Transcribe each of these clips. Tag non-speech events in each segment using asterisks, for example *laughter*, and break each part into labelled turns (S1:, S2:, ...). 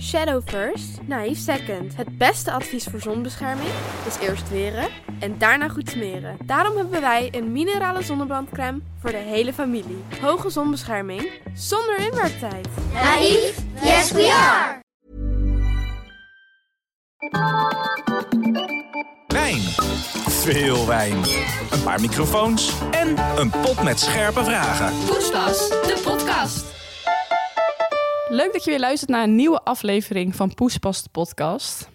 S1: Shadow first, naïef second. Het beste advies voor zonbescherming is eerst weren en daarna goed smeren. Daarom hebben wij een minerale zonnebrandcrème voor de hele familie. Hoge zonbescherming zonder inwerktijd.
S2: Naïef? Yes, we are!
S3: Wijn. Veel wijn. Een paar microfoons en een pot met scherpe vragen.
S4: Poespas, de podcast.
S5: Leuk dat je weer luistert naar een nieuwe aflevering van Poespas de podcast.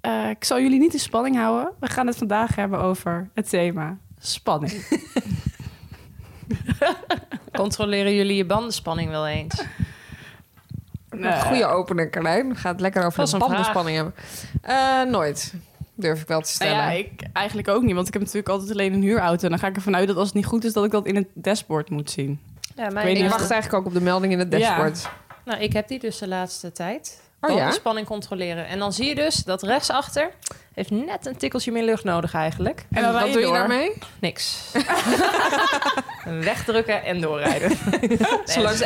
S5: Eh, ik zal jullie niet in spanning houden. We gaan het vandaag hebben over het thema spanning.
S6: *laughs* Controleren jullie je bandenspanning wel eens?
S5: Nee. Nou
S7: Goede opener, Carlijn. We gaan het lekker over
S6: Dat
S7: de
S6: is een vraag.
S7: bandenspanning hebben. Eh, nooit. Durf ik wel te
S5: Nou
S7: stellen.
S5: ja, ik eigenlijk ook niet, want ik heb natuurlijk altijd alleen een huurauto. En dan ga ik ervan uit dat als het niet goed is, dat ik dat in het dashboard moet zien.
S6: Ja,
S5: Ik weet
S7: ik
S5: niet
S7: wacht eigenlijk ook op de melding in het
S5: Ja.
S7: dashboard.
S6: Nou, ik heb die dus de laatste tijd.
S7: Oh ja?
S6: Bandenspanning controleren. En dan zie je dus dat rechtsachter heeft net een tikkeltje meer lucht nodig eigenlijk.
S5: En dan
S7: wat
S5: rij je
S7: doe je
S5: door.
S7: daarmee?
S6: Niks. Wegdrukken
S5: *laughs*
S6: en doorrijden.
S7: Zolang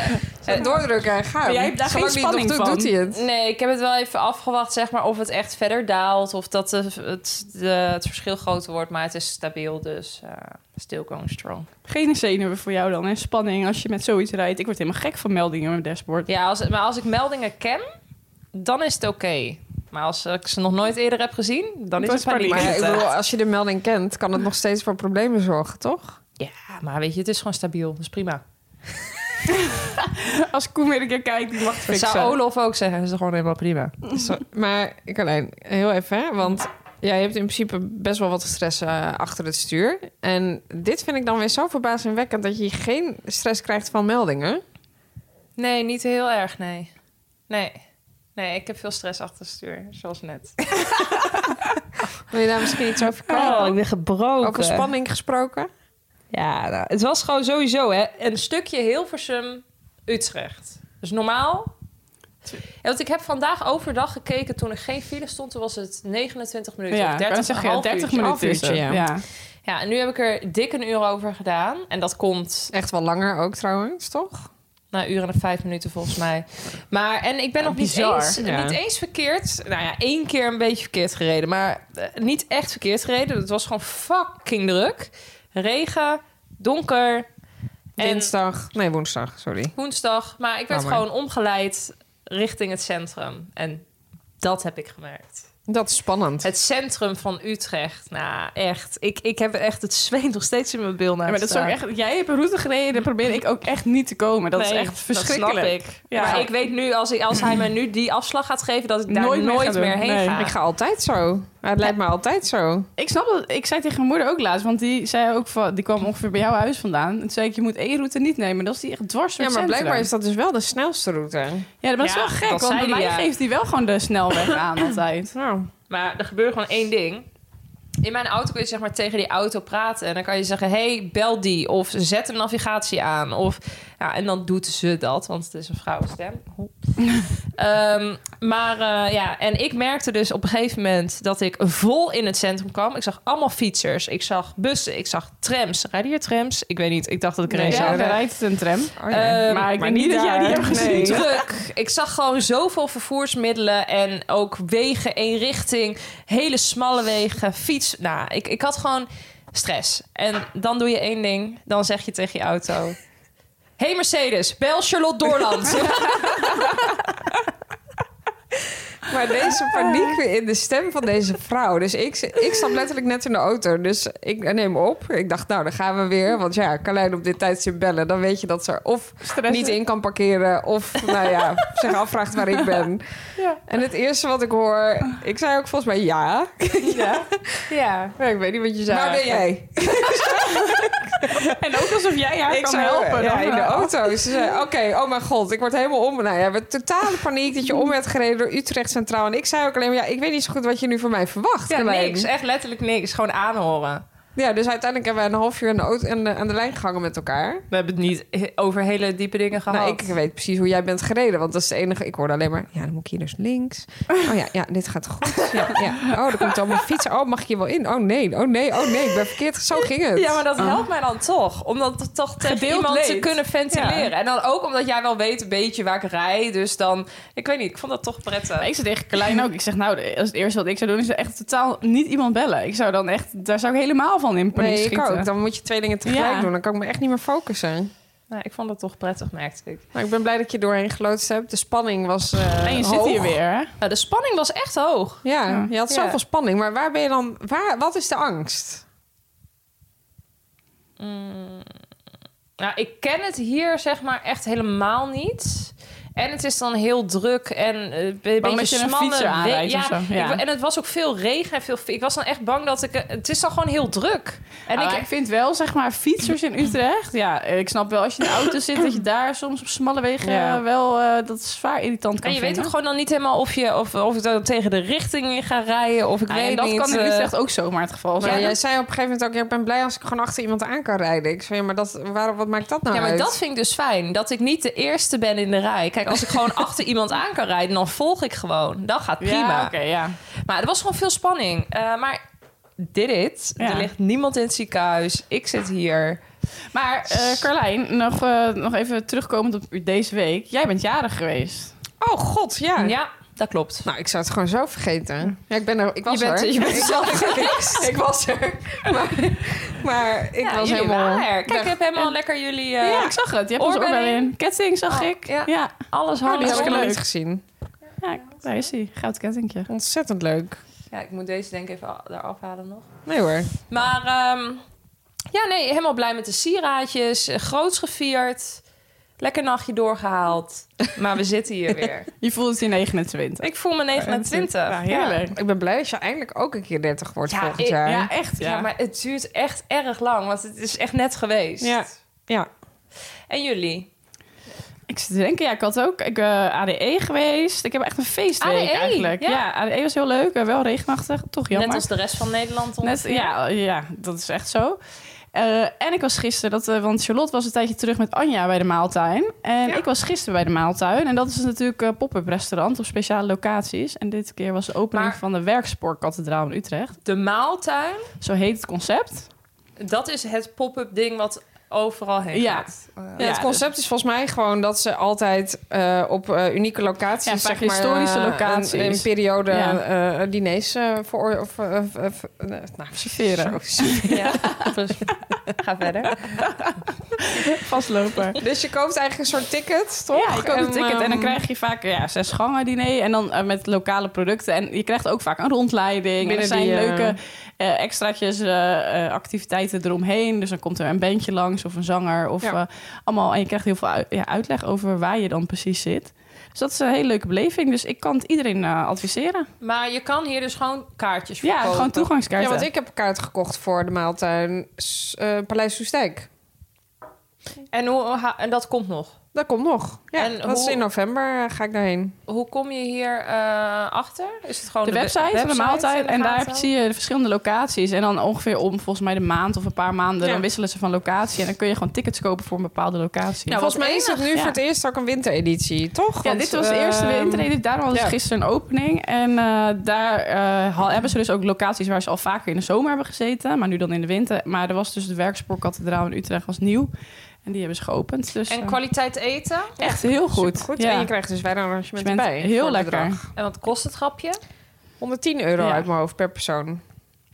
S6: Nee,
S7: Eh, Doordrukken, ga.
S5: Maar jij hebt daar
S7: Zolang
S5: geen
S7: die het nog
S5: spanning
S7: doet,
S5: van.
S7: doet hij het.
S6: Nee, ik heb het wel even afgewacht, zeg maar, of het echt verder daalt of dat de- het, de- het verschil groter wordt. Maar het is stabiel, dus eh, still going strong.
S5: Geen zenuwen voor jou dan, hè? Spanning als je met zoiets rijdt. Ik word helemaal gek van meldingen in mijn dashboard.
S6: Ja, als, maar als ik meldingen ken, dan is het oké. Maar als ik ze nog nooit eerder heb gezien, dan is
S5: Dat
S6: het
S5: is paniek.
S6: paniek.
S7: Maar ik
S6: inderdaad.
S7: bedoel, als je de melding kent, kan het nog steeds voor problemen zorgen, toch?
S6: Ja, maar weet je, het is gewoon stabiel. Dat is prima.
S5: Als Koen weer een keer kijkt, die mag het
S6: Dat zou
S5: fixen.
S6: Olof ook zeggen. Dat is gewoon helemaal prima.
S5: *laughs*
S7: Zo- maar Carlijn, heel even, hè? want jij hebt in principe best wel wat stress eh, achter het stuur. En dit vind ik dan weer zo verbazingwekkend dat je geen stress krijgt van meldingen.
S6: Nee, niet heel erg, nee. Nee. Nee, ik heb veel stress achter het stuur, zoals net.
S7: Wil je daar misschien iets
S5: *laughs*
S7: over kwijt?
S6: Oh,
S5: Oh,
S6: ik ben gebroken.
S7: Over spanning gesproken?
S6: Ja, nou, het was gewoon sowieso hè, een stukje Hilversum, Utrecht. Dus normaal. Ja, want ik heb vandaag overdag gekeken toen er geen file stond. Toen was het 29 minuten
S5: Ja,
S6: of
S5: ik
S6: 30,
S5: kan zeggen,
S6: een
S5: ja,
S6: half
S5: 30
S6: uurtje.
S5: minuten is
S7: half uurtje,
S5: het.
S7: ja.
S5: ja.
S6: Ja, en nu heb ik er dik een uur over gedaan. En dat komt
S7: Echt wel langer ook trouwens, toch?
S6: Na uren en vijf minuten volgens mij. Maar en ik ben nog niet
S7: bizar.
S6: eens,
S7: Ja.
S6: niet eens verkeerd. Nou ja, één keer een beetje verkeerd gereden. Maar eh, niet echt verkeerd gereden. Het was gewoon fucking druk. Regen, donker. En
S7: Dinsdag. Nee, woensdag, sorry.
S6: woensdag. Maar ik werd
S7: Jammer.
S6: gewoon omgeleid richting het centrum. En dat heb ik gemerkt.
S7: Dat is spannend.
S6: Het centrum van Utrecht. Nou, echt. Ik, ik heb echt het zweet nog steeds in mijn bil
S5: Ja,
S6: naar
S5: maar dat is ook echt, jij hebt een route gereden, daar probeer ik ook echt niet te komen. Dat is echt verschrikkelijk.
S6: Dat snap ik.
S5: Ja.
S6: Maar ik weet nu, als, ik,
S5: *clears throat*
S6: als hij me nu die afslag gaat geven, dat ik daar
S5: Nooit meer
S6: nooit,
S5: ga
S6: meer,
S5: doen.
S6: heen
S5: Nee.
S6: ga.
S7: Ik ga altijd zo. Het lijkt me altijd zo.
S5: Ik snap dat. Ik zei tegen mijn moeder ook laatst, want die zei ook van, die kwam ongeveer bij jouw huis vandaan. En toen zei ik, je moet één route niet nemen. Dat is die echt dwars door
S7: Ja,
S5: het
S7: maar
S5: centrum.
S7: blijkbaar is dat dus wel de snelste route.
S5: Ja, dat is
S6: Ja,
S5: wel gek,
S6: dat
S5: want
S6: zei
S5: bij mij
S6: die, ja.
S5: geeft hij wel gewoon de snelweg aan
S6: *laughs*
S5: altijd.
S7: Nou,
S6: Maar er gebeurt gewoon één ding. In mijn auto kun je zeg maar tegen die auto praten. En dan kan je zeggen, hey, bel die. Of zet een navigatie aan. Of, ja, en dan doet ze dat, want het is een vrouwenstem.
S5: *laughs*
S6: Ho. Ehm, maar eh, ja, en ik merkte dus op een gegeven moment dat ik vol in het centrum kwam. Ik zag allemaal fietsers. Ik zag bussen. Ik zag trams. Rijden hier trams? Ik weet niet. Ik dacht dat ik er
S5: Nee,
S6: een
S5: ja,
S6: zag.
S5: daar rijdt een tram.
S7: oh ja.
S6: Ehm,
S5: maar ik denk niet dat jij die hebt gezien.
S7: Nee.
S6: druk. Ik zag gewoon zoveel vervoersmiddelen en ook wegen één richting. Hele smalle wegen, fiets. Nou, ik, ik had gewoon stress. En dan doe je één ding. Dan zeg je tegen je auto... hey Mercedes, bel Charlotte
S7: *laughs*
S6: Doorland.
S7: Maar *laughs* deze paniek weer in de stem van deze vrouw. Dus ik, ik stap letterlijk net in de auto. Dus ik neem op. Ik dacht, nou, dan gaan we weer. Want ja, Carlijn op dit tijdstip bellen. Dan weet je dat ze er of
S5: Stress.
S7: niet in kan parkeren. Of, nou *laughs* ja, zich afvraagt waar ik ben. En het eerste wat ik hoor... Ik zei ook volgens mij ja.
S6: ja.
S7: Maar ik weet niet wat je zei.
S6: Waar ben
S7: jij?
S5: En ook alsof jij haar
S7: Ik
S5: kan
S7: zou
S5: helpen.
S7: Ja,
S5: Dan-
S7: in de auto. Ze zei, *laughs* oké, oh mijn god, ik word helemaal om. Nou ja, we totale paniek dat je om werd gereden door Utrecht Centraal. En ik zei ook alleen maar, ja, ik weet niet zo goed wat je nu van mij verwacht.
S6: Ja,
S7: Carlijn.
S6: niks. Echt letterlijk niks. Gewoon aanhoren.
S7: Ja, dus uiteindelijk hebben we een half uur aan de, auto- aan de, aan de lijn gehangen met elkaar.
S6: We hebben het niet he- over hele diepe dingen gehad.
S7: Nou, ik weet precies hoe jij bent gereden, want dat is de enige. Ik hoorde alleen maar, ja, dan moet ik hier dus links. Oh ja, ja, dit gaat goed. Ja, ja. Oh, er komt allemaal fietsen. Oh, mag ik hier wel in? Oh nee, oh nee, oh nee, ik ben verkeerd. Zo ging het.
S6: Ja, maar dat helpt mij dan toch. Om dat toch tegen
S5: Gedeeld
S6: iemand te
S5: leed.
S6: kunnen ventileren. En dan ook omdat jij wel weet een beetje waar ik rij. Dus dan, ik weet niet, ik vond dat toch prettig.
S5: Maar ik zit tegen Carlijn ook. Ik zeg, nou, als het eerste wat ik zou doen... is echt totaal niet iemand bellen. Ik zou dan echt... Daar zou ik helemaal van in paniek
S7: Nee, ik
S5: schieten.
S7: ook. Dan moet je twee dingen tegelijk
S5: Ja.
S7: doen. Dan kan ik me echt niet meer focussen.
S6: Nou, ik vond dat toch prettig, merkte ik.
S7: Maar Nou, ik ben blij dat je doorheen geloodst hebt. De spanning was eh,
S5: en je
S7: hoog.
S5: zit hier weer, hè?
S6: Nou, de spanning was echt hoog.
S7: Ja,
S5: Ja.
S7: je had
S6: Ja.
S7: zoveel spanning. Maar waar ben je dan... Waar, wat is de angst?
S6: Mm. Nou, ik ken het hier zeg maar echt helemaal niet. En het is dan heel druk en eh, een
S5: dat
S6: beetje
S5: je een
S6: smalle
S5: fietser
S6: we-
S5: aanrijdt of zo, ja.
S6: ik- en het was ook veel regen en veel. fi- Ik was dan echt bang dat ik. eh, Het is dan gewoon heel druk. En
S5: En ik,
S6: ik,
S7: Ah.
S5: ik vind wel, zeg maar, fietsers in Utrecht... Ja, ik snap wel als je in de auto zit... dat je daar soms op smalle wegen
S7: Ja.
S5: eh, wel... eh, dat is zwaar irritant kan
S6: En je weet ook
S5: vinden.
S6: gewoon dan niet helemaal of, je, of, of ik dan tegen de richting in ga rijden. Of ik
S5: Ah,
S6: weet
S5: en dat
S6: niet,
S5: kan in
S6: eh,
S5: Utrecht ook zomaar het geval
S7: Maar
S5: zijn.
S7: jij zei op een gegeven moment ook... ja, ik ben blij als ik gewoon achter iemand aan kan rijden. Ik zei, ja, maar dat, waarom, wat maakt dat nou
S6: Ja, maar
S7: uit?
S6: dat vind ik dus fijn. Dat ik niet de eerste ben in de rij. Kijk, als ik gewoon achter iemand aan kan rijden, dan volg ik gewoon. Dat gaat prima.
S5: Ja, oké, ja.
S6: Maar er was gewoon veel spanning. Eh, maar dit it.
S5: Ja.
S6: Er ligt niemand in het ziekenhuis. Ik zit hier.
S5: Maar eh, Carlijn, nog, eh, nog even terugkomend op deze week. Jij bent jarig geweest.
S7: Oh god, ja.
S6: Ja, dat klopt.
S7: Nou, ik zou het gewoon zo vergeten. Ja, ik ben er. Ik was
S6: bent-
S7: er.
S6: je bent
S7: ik,
S6: zelf
S7: ik, ik was er. Maar, *laughs* maar ik
S6: Ja,
S7: was
S6: jullie
S7: helemaal.
S6: waren er. Kijk, ik heb helemaal lekker jullie... eh,
S5: ja, ik zag het. Je hebt ons
S6: oorbellen
S5: oorbellen
S6: in.
S5: in. Ketting zag
S6: Oh,
S5: ik.
S6: ja.
S5: ja.
S7: Oh,
S6: Alles
S7: die
S6: hartstikke
S7: heb ik nog
S5: leuk.
S7: niet gezien.
S5: Ja, daar is hij. Goud kettingje.
S7: Ontzettend leuk.
S6: Ja, ik moet deze denk ik even a- eraf halen nog.
S7: Nee hoor.
S6: Maar ehm, ja, nee, helemaal blij met de sieraadjes. eh, Groots gevierd. Lekker nachtje doorgehaald. Maar we zitten *laughs* hier weer.
S5: Je voelt het in 29.
S6: Ik voel me 29.
S5: Ja, heerlijk.
S7: Ik ben blij dat je eindelijk ook een keer 30 wordt
S6: Ja,
S7: volgend
S6: ik-
S7: jaar.
S5: Ja, echt.
S6: Ja, maar het duurt echt erg lang, want het is echt net geweest.
S7: Ja. Ja.
S6: En jullie?
S5: Ik zit te denken, ja, ik had ook ik, eh, ADE geweest. Ik heb echt een feestweek
S6: ADE,
S5: eigenlijk.
S6: E? ja.
S5: Ja. ADE was heel leuk. eh, wel regenachtig, toch jammer.
S6: Net als de rest van Nederland.
S5: Net,
S6: ongeveer.
S5: ja, oh, ja, dat is echt zo. Eh, en ik was gisteren, dat, eh, want Charlotte was een tijdje terug met Anja bij de Maaltuin. En ik was gisteren bij de Maaltuin. En dat is natuurlijk een pop-up restaurant op speciale locaties. En dit keer was de opening
S6: Maar-
S5: van de Werkspoorkathedraal in Utrecht.
S6: De maaltuin,
S5: Zo heet het
S6: *laughs*
S5: concept.
S6: dat is het pop-up ding wat overal heen
S5: Ja. dus-
S6: gaat.
S7: Ja, het concept is volgens mij gewoon dat ze altijd eh, op eh, unieke locaties,
S5: Ja, vaak
S7: zeg maar,
S5: historische
S7: eh,
S5: locaties.
S7: een, een periode
S5: Ja.
S7: eh diners eh, voor of, eh, of, of, eh,
S5: *laughs*
S7: nou,
S5: Serveren.
S7: zo- *laughs*
S6: Ja. Ga verder.
S5: *laughs* Vastloper.
S7: Dus je koopt eigenlijk een soort ticket, toch?
S5: Ja, je koopt een ticket en dan
S7: ehm,
S5: krijg je vaak ja, zes gangen diner en dan eh, met lokale producten. En je krijgt ook vaak een rondleiding. En
S7: Binnen
S5: er zijn
S7: die, eh,
S5: leuke eh, extraatjes, eh, eh, activiteiten eromheen. Dus dan komt er een bandje langs of een zanger of
S7: Ja.
S5: eh, allemaal. En je krijgt heel veel u- ja, uitleg over waar je dan precies zit. Dus dat is een hele leuke beleving. Dus ik kan het iedereen eh, adviseren.
S6: *laughs* Maar je kan hier dus gewoon kaartjes
S5: Ja,
S6: verkopen.
S5: gewoon
S7: Ja,
S5: toegangskaarten.
S7: want ik heb een kaart gekocht voor de maaltuin s- eh, Paleis Soestdijk.
S6: En, hoe, ha- en dat komt nog.
S7: Dat komt nog. Ja,
S6: En
S7: dat is
S6: hoe-
S7: in november eh, ga ik daarheen.
S6: Hoe kom je hier eh, achter? Is het gewoon
S5: Oh, de, website van de maaltijd. En daar heb- zie je de verschillende locaties. En dan ongeveer om volgens mij de maand of een paar maanden...
S7: Ja.
S5: dan wisselen ze van locatie. En dan kun je gewoon tickets kopen voor een bepaalde locatie.
S6: Nou,
S7: Volgens
S6: wat
S7: mij is het nu
S5: ja.
S7: voor het eerst ook een wintereditie, toch?
S5: Ja,
S7: Want,
S5: dit was de eerste
S7: ehm,
S5: winterreden. Daarom hadden ze
S7: ja.
S5: gisteren een opening. En eh, daar eh, ha- hebben ze dus ook locaties waar ze al vaker in de zomer hebben gezeten. Maar nu dan in de winter. Maar er was dus de werkspoorkathedraal in Utrecht was nieuw. En die hebben ze geopend. Dus
S6: En
S5: eh,
S6: kwaliteit eten.
S5: echt heel goed.
S7: Goed,
S5: Ja.
S7: en je krijgt dus wij een
S5: Je
S7: arrangement
S5: bent
S7: bij. voor
S5: heel
S7: het
S5: lekker.
S7: bedrag.
S6: En wat kost het grapje?
S7: 110 euro
S5: Ja.
S7: uit mijn hoofd per persoon.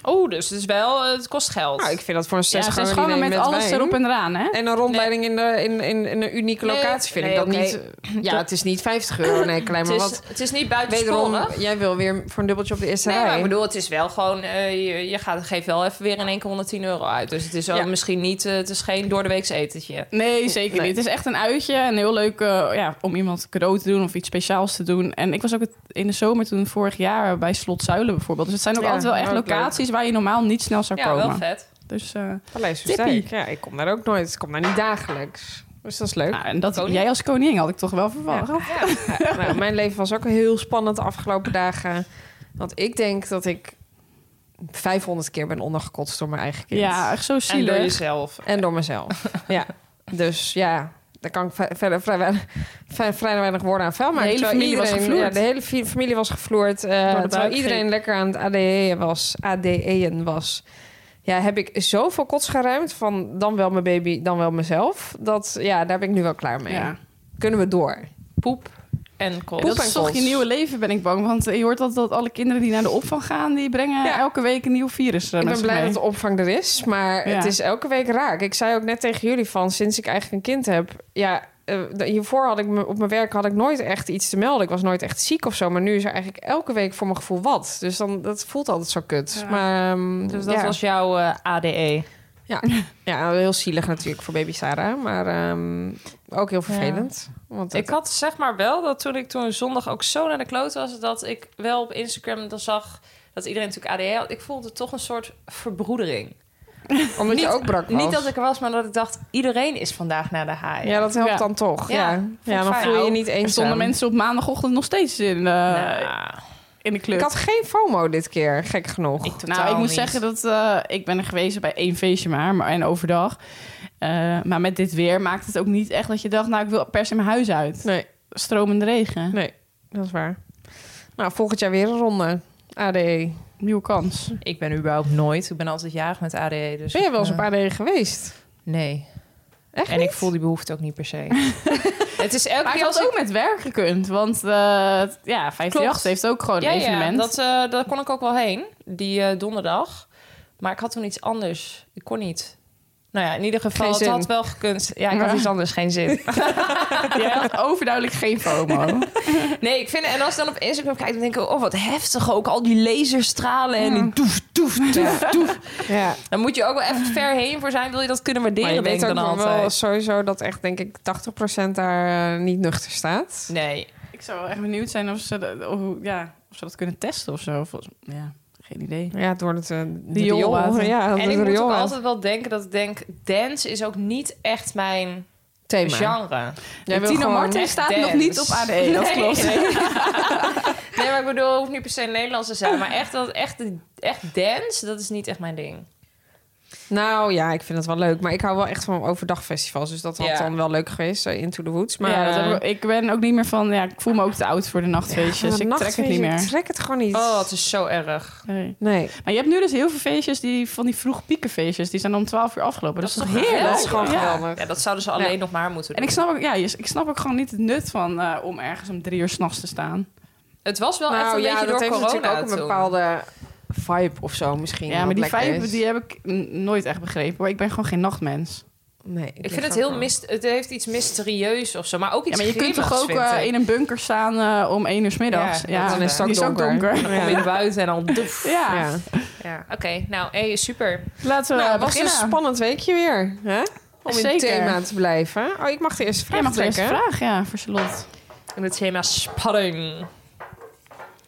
S6: Oh, dus het is wel, het kost geld.
S7: Nou, ik vind dat voor een
S5: Ja,
S7: zes
S5: ze
S7: gangen
S5: schangen
S7: diner
S5: met,
S7: met
S5: alles
S7: wijn
S5: erop en eraan, hè?
S7: En een rondleiding in, de, in, in, in een unieke
S6: Nee,
S7: locatie vind
S6: nee,
S7: ik dat
S6: oké.
S7: niet... Ja, het is niet 50 euro, nee, klein,
S6: het,
S7: maar
S6: is,
S7: wat...
S6: het is niet buitensporig.
S7: Wederom, jij wil weer voor een dubbeltje op de eerste
S6: Nee,
S7: rij.
S6: maar ik bedoel, het is wel gewoon... eh, je, je gaat, geeft wel even weer in één keer 110 euro uit. Dus het is wel
S5: Ja.
S6: misschien niet... eh, het is geen doordeweeks etentje.
S5: Nee, zeker niet. Het is echt een uitje. En heel leuk eh, ja, om iemand cadeau te doen of iets speciaals te doen. En ik was ook het, in de zomer toen vorig jaar bij Slot Zuilen bijvoorbeeld. Dus het zijn ook
S7: Ja,
S5: altijd wel echt
S7: ook leuk.
S5: locaties waar je normaal niet snel zou
S6: Ja,
S5: komen.
S6: wel vet.
S5: Dus eh,
S7: Paleis
S5: Tippie.
S7: Soestdijk. Ja, ik kom daar ook nooit. Ik kom daar niet dagelijks. Dus dat is leuk.
S5: nou, en dat,
S6: Koning.
S5: jij als koningin had ik toch wel verwacht.
S7: Ja, nou, mijn leven was ook heel spannend de afgelopen dagen. Want ik denk dat ik 500 keer ben ondergekotst door mijn eigen kind.
S5: Ja, echt zo
S6: En door
S5: zielig.
S6: jezelf.
S7: En door
S5: *laughs*
S7: mezelf. ja. Dus ja, daar kan ik ve- verder vrij weinig, vrij, vrij weinig woorden aan vuil maken.
S5: hele
S7: Terwijl
S5: familie was gevloerd.
S7: Ja, de hele fi- familie was gevloerd. eh, terwijl
S5: buikgriep.
S7: iedereen lekker aan het ADE'en was. ADE'en was. Ja, heb ik zoveel kots geruimd van dan wel mijn baby, dan wel mezelf. Dat, ja, daar ben ik nu wel klaar mee.
S5: Ja.
S7: Kunnen we door.
S6: Poep en kool.
S7: Poep
S5: dat
S7: en
S5: is toch je
S7: kots.
S5: nieuwe leven, ben ik bang. Want eh, je hoort altijd dat alle kinderen die naar de opvang gaan... die brengen
S7: Ja.
S5: elke week een nieuw virus eh,
S7: Ik
S5: met
S7: ben
S5: zich
S7: blij
S5: mee.
S7: dat de opvang er is, maar
S5: Ja.
S7: het is elke week raak. Ik zei ook net tegen jullie van, sinds ik eigenlijk een kind heb... Ja, eh, d- hiervoor had ik me- op mijn werk had ik nooit echt iets te melden. Ik was nooit echt ziek of zo, maar nu is er eigenlijk elke week voor mijn gevoel wat. Dus dan, dat voelt altijd zo kut.
S5: Ja.
S7: Maar, ehm,
S6: Dus dat
S7: ja.
S6: was jouw eh, ADE.
S7: Ja. ja, heel zielig natuurlijk voor baby Sarah, maar ehm, ook heel vervelend. Want
S6: Ik had zeg maar wel dat toen ik toen zondag ook zo naar de kloot was... dat ik wel op Instagram dan zag dat iedereen natuurlijk ADE had. Ik voelde toch een soort verbroedering.
S7: omdat je
S6: niet-
S7: ook brak was.
S6: Niet dat ik er was, maar dat ik dacht... iedereen is vandaag naar de haai.
S7: Oh. Ja, dat helpt
S5: Ja.
S7: dan toch.
S6: Ja,
S7: Ja, ja.
S6: vond ik
S7: dan
S6: fijn.
S7: voel je je niet
S5: Er
S7: eens
S5: stonden mensen op maandagochtend nog steeds in, eh,
S6: Nou,
S5: in de club.
S7: Ik had geen FOMO dit keer, gek genoeg.
S6: ik totaal
S5: nou, ik moet
S6: niet.
S5: zeggen dat eh, ik ben er geweest bij één feestje maar, maar en overdag. Eh, maar met dit weer maakt het ook niet echt dat je dacht... nou, ik wil per se mijn huis uit.
S7: Nee.
S5: Stromende regen.
S7: Nee, dat is waar. Nou, volgend jaar weer een ronde. E. ADE.
S5: Nieuwe kans.
S6: Ik ben überhaupt nooit. Ik ben altijd jarig met ADE. Dus
S7: Ben je
S6: ik,
S7: wel eens
S6: eh,
S7: op ADE geweest?
S6: Nee.
S7: Echt
S6: En ik voel die behoefte ook niet per se. het is elke
S5: Maar je
S6: keer als
S5: had
S6: ik...
S5: ook met werk gekund. Want eh ja, 538
S6: dus Klopt.
S5: heeft ook gewoon
S6: Ja,
S5: een
S6: ja
S5: evenement. *laughs*
S6: dat, eh, daar kon ik ook wel heen. Die eh, donderdag. Maar ik had toen iets anders. Ik kon niet. Nou ja, in ieder geval,
S7: Geen
S6: het
S7: zin.
S6: had wel gekund. Ja, ik
S5: Ja.
S6: had iets anders, geen zin. *laughs*
S5: Jij had overduidelijk geen FOMO.
S6: Nee, ik vind... En als ik dan op Instagram kijk, dan denk ik... Oh, wat heftig ook. Al die laserstralen en die toef, toef, toef, toef.
S7: Ja.
S6: Dan moet je ook wel even ver heen voor zijn. Wil je dat kunnen waarderen,
S7: Maar je
S6: denk
S7: weet
S6: ik
S7: ook
S6: dan
S7: nog
S6: altijd.
S7: wel sowieso dat echt, denk ik, 80% daar eh, niet nuchter staat.
S6: Nee.
S5: ik zou wel echt benieuwd zijn of ze, dat- of, hoe- ja, of ze dat kunnen testen of zo. Volgens- ja, geen idee.
S7: Ja, door het eh, de
S5: Rioolwater.
S7: riool. Ja, door
S6: En ik
S7: het
S6: moet ook
S7: rioolwater.
S6: altijd wel denken dat ik denk... Dance is ook niet echt mijn Dus
S7: thema.
S6: genre.
S7: Jij wil
S5: Tino
S7: gewoon-
S5: Martin
S6: echt
S5: staat nog
S6: dance.
S5: niet op ADE, dat
S6: Nee. *laughs*
S5: klopt.
S6: Nee, maar ik bedoel, het hoeft niet per se Nederlands te zijn. Maar echt, dat, echt, echt dance, dat is niet echt mijn ding.
S7: Nou ja, ik vind het wel leuk. Maar ik hou wel echt van overdagfestivals. Dus dat had
S6: Ja.
S7: dan wel leuk geweest. zo Into the Woods. Maar eh,
S5: Maar ja, dat heb ik- ik ben ook niet meer van... Ja, ik voel me ook te oud voor de
S7: ah,
S5: nachtfeestjes. ik trek het niet
S7: Ik
S5: meer.
S7: trek het gewoon niet.
S6: Oh, het is zo erg.
S5: Nee.
S7: Nee.
S5: Maar je hebt nu dus heel veel feestjes die, van die vroeg piekenfeestjes. Die zijn om 12 uur afgelopen. Dat, is toch heerlijk?
S7: Dat is gewoon geweldig.
S6: Ja, dat zouden ze alleen
S7: Ja.
S6: nog maar moeten
S5: En
S6: doen.
S5: ik snap, ook, ja, je- ik snap ook gewoon niet het nut van eh, om ergens om drie uur s'nachts te staan.
S6: het was wel echt een
S7: Nou ja,
S6: beetje
S7: dat
S6: door
S7: heeft
S6: corona
S7: natuurlijk ook een
S6: toen.
S7: bepaalde vibe of zo misschien.
S5: Ja,
S7: wat
S5: maar die
S7: lekker
S5: vijf
S7: is.
S5: die heb ik n- nooit echt begrepen. Maar ik ben gewoon geen nachtmens.
S7: Nee,
S6: Ik vind het heel mist, het heeft iets mysterieus of zo, maar ook
S5: Ja,
S6: iets
S5: maar je kunt toch ook
S6: grimmigs,
S5: eh,
S6: vind ik.
S5: in een bunker staan eh, om één uur 's middags?
S6: Ja,
S5: Ja,
S6: dan is het
S7: ook
S5: die
S7: donker. *laughs*
S5: donker.
S6: Dan kom je naar buiten en dan doef.
S5: Ja.
S7: Ja.
S6: Ja. Oké, nou, hey, super.
S5: laten we
S7: Nou, het was een
S5: beginnen.
S7: spannend weekje weer. Hè? Om in het
S5: Zeker.
S7: thema te blijven. Oh, ik mag de eerste vraag
S5: Jij mag de eerste
S7: trekken.
S5: vraag, ja, voor Charlotte.
S6: En het thema spanning.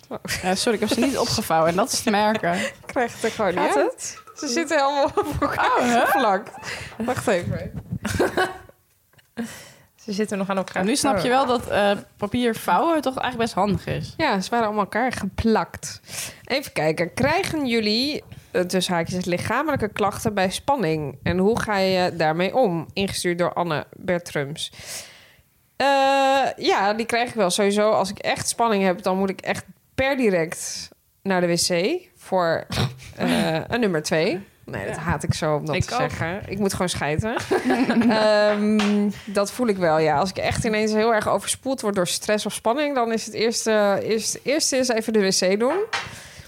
S5: Ja, Eh, sorry, ik heb ze niet opgevouwen en dat is te merken.
S7: *laughs* Ik krijg het er gewoon niet
S5: Gaat
S7: uit. Ze zitten helemaal op elkaar geplakt. Wacht even.
S6: Ze zitten nog aan elkaar.
S5: En nu snap je wel dat eh, papier vouwen toch eigenlijk best handig is.
S7: Ja, ze waren allemaal elkaar geplakt. Even kijken. Krijgen jullie, eh, tussen haakjes, het lichamelijke klachten bij spanning? En hoe ga je daarmee om? Ingestuurd door Anne Bertrums. Eh, ja, die krijg ik wel sowieso. Als ik echt spanning heb, dan moet ik echt per direct naar de wc
S6: *laughs*
S7: voor eh, een nummer twee. Nee, dat haat ik zo om dat
S6: Ik
S7: te
S6: ook.
S7: zeggen. Ik moet gewoon
S6: *laughs*
S7: schijten. Ehm, dat voel ik wel, ja. Als ik echt ineens heel erg overspoeld word door stress of spanning... dan is het eerste, eerst, eerste is even de wc doen.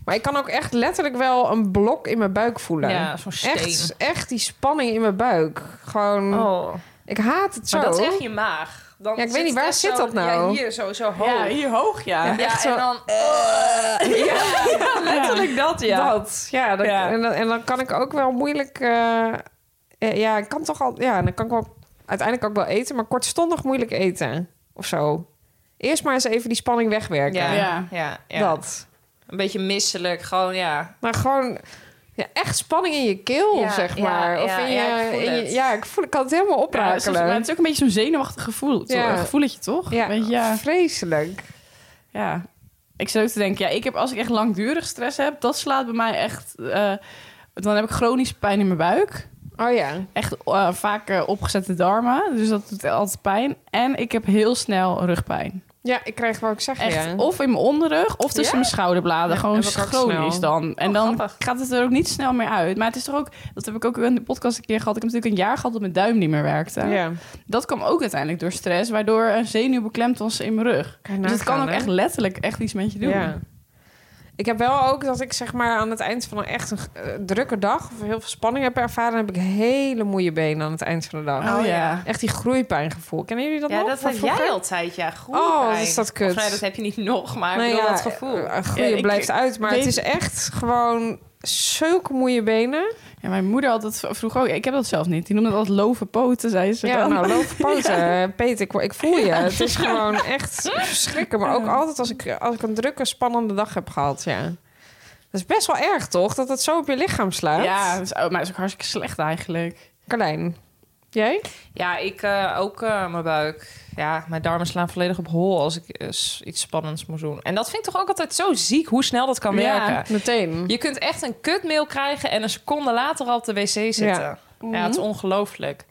S7: Maar ik kan ook echt letterlijk wel een blok in mijn buik voelen.
S6: Ja, zo'n steen.
S7: echt, echt die spanning in mijn buik. Gewoon,
S6: Oh.
S7: ik haat het Mm. zo.
S6: Maar dat is echt je maag. Dan
S7: Ja, ik weet
S6: zit
S7: niet, waar
S6: het echt
S7: zit
S6: zo-
S7: dat nou?
S6: Ja, hier, zo, zo hoog.
S7: Oh.
S5: Ja, hier hoog, ja.
S6: Ja,
S7: echt zo-
S6: en eh. dan... *laughs* ja, letterlijk dat, ja.
S7: Dat, ja. dat-
S6: Ja.
S7: En, dan- en dan kan ik ook wel moeilijk... eh, eh, ja, ik kan toch al... Ja, dan kan ik wel uiteindelijk ook wel eten... maar kortstondig moeilijk eten, of zo. Eerst maar eens even die spanning wegwerken.
S6: Ja,
S5: Ja.
S6: ja. ja,
S7: Dat.
S6: Een beetje misselijk, gewoon, ja.
S7: Maar gewoon... Ja, echt spanning in je keel,
S6: Ja,
S7: zeg
S6: ja,
S7: maar. of
S6: ja,
S7: in je,
S6: ja, ik voel
S7: in je-
S6: het.
S7: ja, ik voel, ik kan het helemaal
S5: Ja, soms-
S7: oprakelen.
S5: maar
S7: Ja,
S5: het is ook een beetje zo'n zenuwachtig gevoel,
S7: Ja.
S5: toch? gevoeletje, toch? Een beetje, ja.
S7: vreselijk.
S5: ja. ik zit ook te denken, ja, ik heb, als ik echt langdurig stress heb, dat slaat bij mij echt... eh, dan heb ik chronische pijn in mijn buik.
S7: Oh ja.
S5: Echt eh, vaak eh, opgezette darmen. Dus dat doet altijd pijn. En ik heb heel snel rugpijn.
S7: Ja, ik krijg wat ik zeg.
S5: Echt,
S7: ja.
S5: of in mijn onderrug, of tussen
S7: Ja?
S5: mijn schouderbladen.
S7: Ja,
S5: Gewoon
S7: heb ik ook
S5: chronisch
S7: snel.
S5: dan. En
S6: Oh,
S5: dan
S6: grappig.
S5: gaat het er ook niet snel meer uit. Maar het is toch ook... Dat heb ik ook in de podcast een keer gehad. Ik heb natuurlijk een jaar gehad dat mijn duim niet meer werkte.
S7: Ja.
S5: Dat kwam ook uiteindelijk door stress, waardoor een zenuw beklemd was in mijn rug.
S7: Kan je
S5: dus het kan
S7: nagaan,
S5: ook
S7: hè?
S5: echt letterlijk echt iets met je doen.
S7: Ja. Ik heb wel ook dat ik zeg maar aan het eind van een echt een, eh, drukke dag of heel veel spanning heb ervaren, heb ik hele moeie benen aan het eind van de dag.
S5: Oh, ja.
S7: Echt die groeipijngevoel. Kennen jullie dat
S6: Ja,
S7: nog?
S6: dat
S7: Van
S6: had
S7: vroeger?
S6: jij altijd, ja. Goed.
S7: Oh, wat is dat kut.
S6: Volgens mij, dat heb je niet *laughs* nog, maar ik bedoel,
S7: ja,
S6: dat gevoel.
S7: eh, eh,
S5: Ja,
S7: groeien
S5: ik-
S7: blijft uit, maar
S5: weet-
S7: het is echt gewoon zulke moeie benen.
S5: Ja, mijn moeder had dat vroeger ook. Ik heb dat zelf niet. Die noemde dat altijd lovenpoten, zei ze.
S7: Ja,
S5: dan.
S7: nou loop *laughs* poten. Peter, ik, ik voel je. Het is gewoon
S6: *laughs*
S7: echt schrikken. Maar ook altijd als ik, als ik een drukke, spannende dag heb gehad, ja. Dat is best wel erg, toch? Dat het zo op je lichaam slaat.
S5: ja dus, oh, maar dat is ook hartstikke slecht eigenlijk.
S7: Carlijn, jij?
S6: Ja, ik eh, ook eh, mijn buik. Ja, mijn darmen slaan volledig op hol als ik eh, s- iets spannends moet doen. En dat vind ik toch ook altijd zo ziek hoe snel dat kan
S5: Ja.
S6: werken.
S7: Meteen.
S6: Je kunt echt een kutmail krijgen en een seconde later al op de wc zitten. Ja,
S7: Ja. Mhm.
S6: het is ongelooflijk.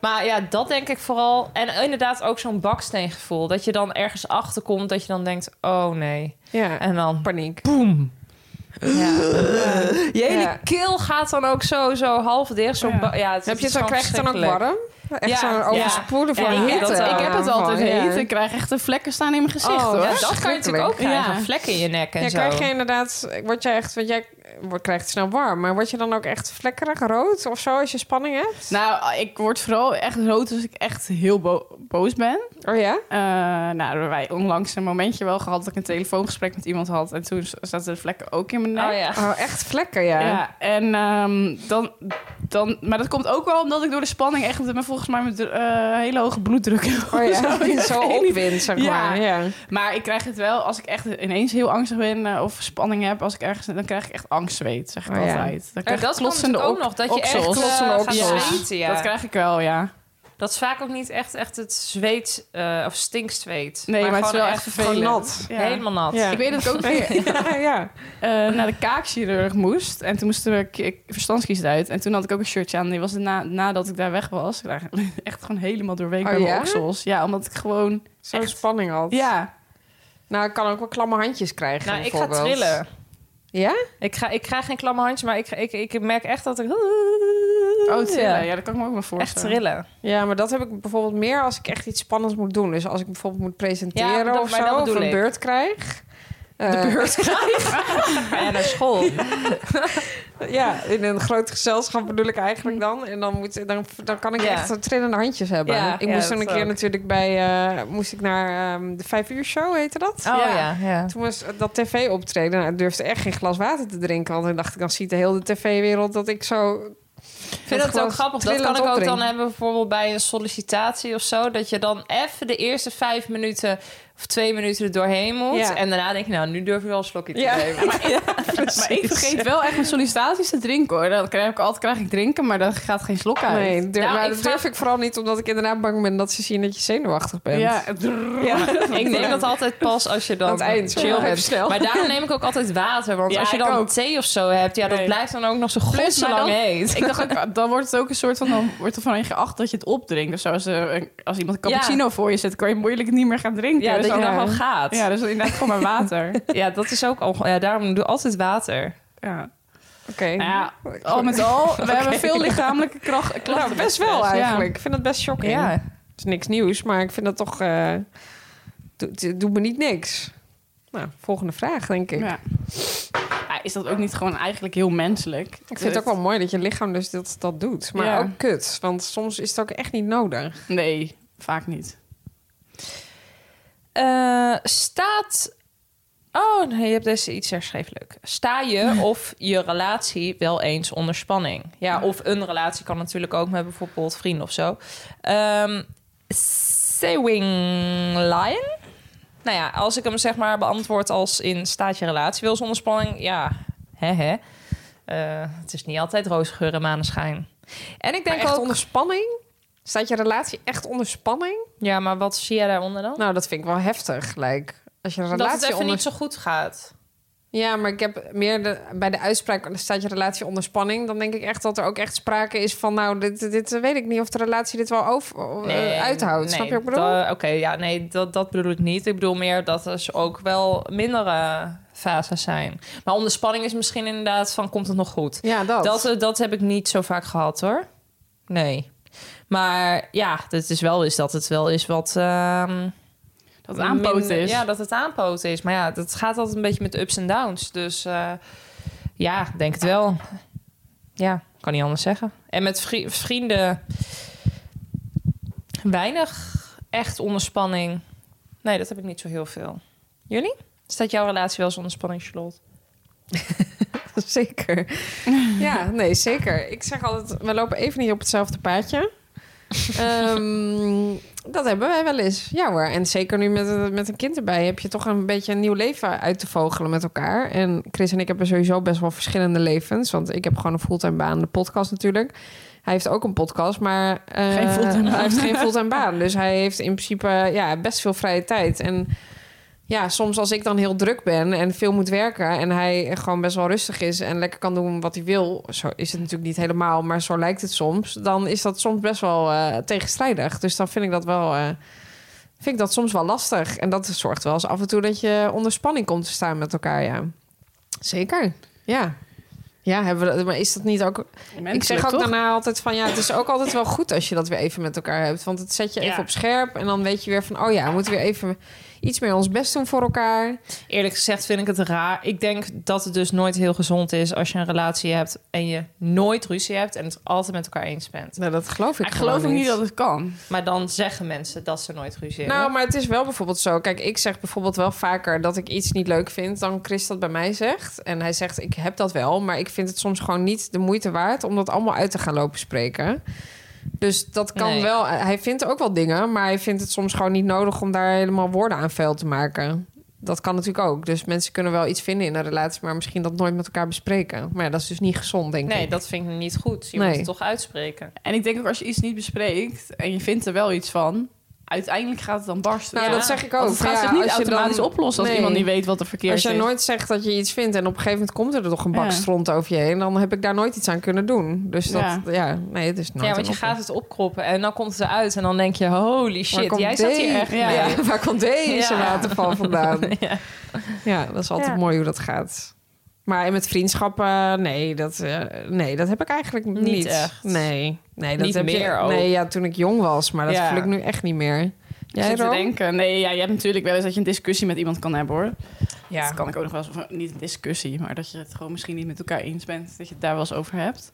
S6: Maar ja, dat denk ik vooral. En inderdaad ook zo'n baksteengevoel. Dat je dan ergens achter komt dat je dan denkt, oh nee.
S7: Ja,
S6: En dan...
S7: paniek.
S6: Ja. Je hele
S7: Ja.
S6: keel gaat dan ook zo, zo half dicht. Zo
S5: Ja.
S6: ba- ja, het,
S7: Heb je het dan,
S6: het gewoon
S7: krijg je het dan ook
S6: verschrikkelijk.
S7: warm? Echt
S6: Ja, ja.
S7: zo'n overspoelen van
S6: Ja, ik heb
S7: hitte.
S6: dat wel.
S5: ik heb het
S7: aanval,
S5: altijd
S7: ja.
S5: heet. Ik krijg echt de vlekken staan in mijn gezicht,
S7: Oh,
S5: hoor.
S6: Ja, dat kan je natuurlijk ook
S5: Ja.
S6: krijgen. Vlekken in je nek en
S7: Ja,
S6: zo.
S7: krijg je inderdaad, word jij echt, want jij wordt, krijgt het snel warm, maar word je dan ook echt vlekkerig, rood of zo, als je spanning hebt?
S5: Nou, ik word vooral echt rood als ik echt heel bo- boos ben.
S7: Oh ja?
S5: Eh, nou, we hebben wij onlangs een momentje wel gehad dat ik een telefoongesprek met iemand had. En toen zaten de vlekken ook in mijn nek.
S6: Oh ja.
S7: Oh, echt vlekken, ja.
S5: Ja, en ehm, dan, dan... Maar dat komt ook wel omdat ik door de spanning echt... met volgens mij met eh, hele hoge bloeddruk heb.
S7: Oh ja, *laughs*
S5: *laughs* Zo, ja,
S7: zo
S5: geen idee.
S7: opwind, zeg
S5: Ja.
S7: maar. Ja.
S5: Maar ik krijg het wel als ik echt ineens heel angstig ben... eh, of spanning heb, als ik ergens... dan krijg ik echt angstzweet, zeg
S7: Oh
S5: ik
S7: ja.
S5: altijd. Dan
S6: Maar
S5: krijg ik
S6: dat komt
S5: klotsende
S6: natuurlijk ook
S5: ok-
S6: nog. Dat je echt
S5: oksels.
S6: eh,
S7: Klotsende
S6: gaat
S5: oksels.
S6: zweten. Ja.
S5: Dat krijg ik wel, ja.
S6: Dat is vaak ook niet echt, echt het zweet eh, of stinkzweet.
S5: Nee, maar, het is
S6: gewoon
S5: wel echt vervelend.
S7: Gewoon nat.
S5: Ja.
S6: Helemaal nat.
S7: *laughs* Ja.
S5: Ik weet dat ik ook weer
S7: Ja,
S5: *laughs*
S7: ja.
S5: eh, naar de kaakchirurg moest. En toen moesten we ki- verstandskies uit. En toen had ik ook een shirtje aan. Die was er na, nadat ik daar weg was. Ik lag *laughs* echt gewoon helemaal doorweek
S7: Oh
S5: bij mijn
S7: ja?
S5: oksels. Ja, omdat ik gewoon...
S7: Zo'n spanning had.
S5: Ja,
S7: Nou, ik kan ook wel klamme handjes krijgen,
S6: Nou, ik ga
S7: bijvoorbeeld.
S6: trillen.
S7: Ja?
S6: Ik, ga, ik krijg geen klamme handje, maar ik, ik, ik merk echt dat ik...
S5: Oh,
S6: Ja.
S5: trillen. Ja, dat kan ik me ook wel
S6: Echt
S5: voorstellen.
S6: trillen.
S7: Ja, maar dat heb ik bijvoorbeeld meer als ik echt iets spannends moet doen. Dus als ik bijvoorbeeld moet presenteren
S6: Ja, dat-
S7: of
S6: maar dat
S7: zo, of
S6: bedoel
S7: een
S6: ik.
S7: beurt krijg. Eh,
S6: Ga jij naar *laughs* school?
S7: *laughs* ja, in een groot gezelschap bedoel ik eigenlijk dan. En dan, moet, dan, dan kan ik
S6: Hm. Ja.
S7: echt trillende handjes hebben.
S6: Ja,
S7: ik
S6: ja,
S7: moest
S6: dat
S7: toen een keer
S6: ook.
S7: natuurlijk bij... eh, moest ik naar ehm, de vijf uur show, heette dat?
S6: Oh
S5: Ja.
S6: ja, ja.
S7: Toen was dat tv-optreden. Nou, ik durfde echt geen glas water te drinken. Want dan dacht ik, dan ziet de hele tv-wereld dat ik zo...
S6: Ik vind het ook
S7: gewoon
S6: grappig. Dat kan
S7: trillend
S6: ik ook dan
S7: opdrinken.
S6: hebben bijvoorbeeld bij een sollicitatie of zo. Dat je dan even de eerste vijf minuten of twee minuten er doorheen moet.
S7: Ja.
S6: En daarna denk je, nou, nu durf je wel een slokje te
S7: Ja.
S6: nemen. Maar
S5: Maar ik vergeet wel echt mijn sollicitaties te drinken, hoor. Dan krijg ik altijd krijg ik drinken, maar dan gaat geen slok uit.
S7: *laughs* Nee, durf-
S6: Nou,
S7: maar
S6: ik
S7: dat
S6: vraag-
S7: durf ik vooral niet. Omdat ik inderdaad bang ben dat ze zien dat je zenuwachtig bent.
S5: *laughs* Ja,
S6: ik neem dat altijd pas als je dan
S7: Aan het eind,
S6: chill
S7: ja.
S6: bent.
S7: Snel.
S6: Maar daarom neem ik ook altijd water. Want
S5: Ja,
S6: als je
S5: ik
S6: dan
S5: ook.
S6: thee of zo hebt, ja, dat
S5: Nee.
S6: blijft dan ook nog zo
S5: Plus, maar
S6: godslang
S5: dan-
S6: heet.
S5: Ik dacht ook, dan wordt het ook een soort van, dan wordt er van je geacht dat je het opdrinkt. Dus als, eh, als iemand een cappuccino voor je zet, kan je moeilijk niet meer gaan drinken.
S6: Ja,
S5: Dus
S6: dat je
S5: dan-
S6: dan gewoon gaat.
S5: Ja,
S6: Ja,
S5: dus inderdaad gewoon maar *laughs* water.
S6: dat is ook al. Ja, daarom doe ik altijd water.
S5: Ja.
S7: Oké.
S5: Nou ja, al met al, we hebben veel lichamelijke kracht, klachten.
S7: Nou, best wel
S5: Ja.
S7: eigenlijk. Ik vind dat best shocking.
S6: Ja.
S7: Het is niks nieuws, maar ik vind dat toch... eh, doe- het doet me niet niks. Nou, volgende vraag, denk ik.
S5: *laughs* Ja. Ja, is dat ook niet gewoon eigenlijk heel menselijk? Dus
S7: Ik vind het ook wel mooi dat je lichaam dus dat, dat doet. Maar
S5: Ja.
S7: ook kut, want soms is het ook echt niet nodig.
S5: Nee, vaak niet.
S6: Eh, staat. Oh nee, je hebt deze iets herschreven. Leuk.
S7: *laughs*
S6: Sta je of je relatie wel eens onder spanning? Ja, of een relatie kan natuurlijk ook met bijvoorbeeld vrienden of zo. Ehm Sewing Lion? Nou ja, als ik hem zeg maar beantwoord als in staat je relatie wel eens onder spanning? Ja, hè hè. Eh, het is niet altijd roosgeur en maneschijn. En ik
S7: Maar
S6: denk
S7: echt
S6: ook...
S7: onder spanning? Staat je relatie echt onder spanning?
S6: Ja, maar wat zie jij daaronder dan?
S7: Nou, dat vind ik wel heftig gelijk. als je een
S6: Dat het
S7: Nou, relatie
S6: even
S7: onder...
S6: niet zo goed gaat.
S7: Ja, maar ik heb meer de, bij de uitspraak... dan staat je relatie onder spanning. Dan denk ik echt dat er ook echt sprake is van... nou, dit, dit weet ik niet of de relatie dit wel over, eh, uithoudt.
S6: nee,
S7: Snap je wat ik bedoel?
S6: da- Oké, ja, nee, dat, dat bedoel ik niet. Ik bedoel meer dat er ook wel mindere fases zijn. Maar om de spanning is misschien inderdaad van komt het nog goed.
S7: Ja, dat.
S6: Dat, eh, dat heb ik niet zo vaak gehad hoor. Nee. Maar ja, het is wel eens dat het wel is wat. ehm,
S5: Dat het aanpoten
S6: minder-
S5: is.
S6: Ja, dat het aanpoten is. Maar ja, dat gaat altijd een beetje met ups en downs. Dus eh, ja, ik denk het wel. Ja, kan niet anders zeggen. En met vri- vrienden weinig echt onder spanning. Nee, dat heb ik niet zo heel veel. Jullie? Staat jouw relatie wel eens onder spanning, Charlotte?
S7: *laughs*
S5: *laughs*
S7: Zeker. Ja, nee, zeker. Ik zeg altijd, we lopen even niet op hetzelfde
S5: *laughs*
S7: paadje. Ehm, dat hebben wij wel eens. Ja hoor, en zeker nu met, met een kind erbij... heb je toch een beetje een nieuw leven uit te vogelen met elkaar. En Chris en ik hebben sowieso best wel verschillende levens. Want ik heb gewoon een fulltime baan, de podcast natuurlijk. Hij heeft ook een podcast, maar eh,
S5: Geen fulltime baan.
S7: hij heeft geen
S5: *laughs*
S7: fulltime baan. Dus hij heeft in principe ja, best veel vrije tijd. En ja, soms als ik dan heel druk ben en veel moet werken en hij gewoon best wel rustig is en lekker kan doen wat hij wil, zo is het natuurlijk niet helemaal, maar zo lijkt het soms, dan is dat soms best wel eh, tegenstrijdig. Dus dan vind ik dat wel, eh, vind ik dat soms wel lastig. En dat zorgt wel eens af en toe dat je onder spanning komt te staan met elkaar, ja. Zeker, ja. Ja, hebben we, dat- maar is dat niet ook... ik zeg ook daarna altijd van... ja, het is ook altijd wel goed als je dat weer even met elkaar hebt. Want het zet je even
S6: Ja.
S7: op scherp... en dan weet je weer van... oh ja, we moeten weer even iets meer ons best doen voor elkaar.
S6: Eerlijk gezegd vind ik het raar. Ik denk dat het dus nooit heel gezond is als je een relatie hebt en je nooit ruzie hebt en het altijd met elkaar eens bent.
S7: Nou, dat geloof ik
S5: Ik
S7: gewoon
S5: geloof ook niet dat het kan.
S6: Maar dan zeggen mensen dat ze nooit ruzie hebben.
S7: Nou, maar het is wel bijvoorbeeld zo. Kijk, ik zeg bijvoorbeeld wel vaker dat ik iets niet leuk vind... dan Chris dat bij mij zegt. En hij zegt, ik heb dat wel... maar ik vind het soms gewoon niet de moeite waard... om dat allemaal uit te gaan lopen spreken. Dus dat kan
S6: Nee.
S7: wel... Hij vindt ook wel dingen... maar hij vindt het soms gewoon niet nodig... om daar helemaal woorden aan vuil te maken. Dat kan natuurlijk ook. Dus mensen kunnen wel iets vinden in een relatie... maar misschien dat nooit met elkaar bespreken. Maar ja, dat is dus niet gezond, denk
S6: Nee,
S7: ik.
S6: dat vind ik niet goed. Je
S7: Nee.
S6: moet het toch uitspreken.
S5: En ik denk ook als je iets niet bespreekt en je vindt er wel iets van, uiteindelijk gaat het dan barsten.
S7: Nou,
S6: Ja.
S7: dat zeg ik ook.
S5: Want het gaat
S7: Ja,
S5: zich niet
S7: als je dan-
S5: automatisch oplossen als
S7: Nee.
S5: iemand niet weet wat er verkeerd
S7: Als jij
S5: is.
S7: nooit zegt dat je iets vindt en op een gegeven moment komt er toch een bak
S5: Ja.
S7: stront over je heen, dan heb ik daar nooit iets aan kunnen doen. Dus dat, ja,
S5: Ja.
S7: nee, het is nooit. een
S6: ja, want je
S7: oplossing.
S6: gaat het opkroppen en dan komt het eruit en dan denk je, holy
S7: Waar
S6: shit,
S7: komt
S6: jij zat hier
S7: deze-
S6: echt
S7: Ja. *laughs*
S5: Ja.
S6: mee.
S7: Waar komt deze
S6: Ja. *laughs*
S7: waterval vandaan?
S6: Ja.
S7: Ja, dat is altijd
S6: Ja.
S7: mooi hoe dat gaat. Maar met vriendschappen, nee, dat, eh, nee, dat heb ik eigenlijk niet.
S6: echt.
S7: Nee, nee dat
S6: Niet
S7: heb je-
S6: meer ook.
S7: Nee, ja, toen ik jong was, maar dat
S6: Ja. Dus
S7: voel ik nu echt niet meer.
S5: Ik
S7: Jij
S5: zit te
S7: Ro?
S5: denken. Nee, ja, je hebt natuurlijk wel eens dat je een discussie met iemand kan hebben hoor.
S6: Ja.
S5: Dat kan ik ook nog wel eens. of Niet een discussie, maar dat je het gewoon misschien niet met elkaar eens bent. Dat je het daar wel eens over hebt.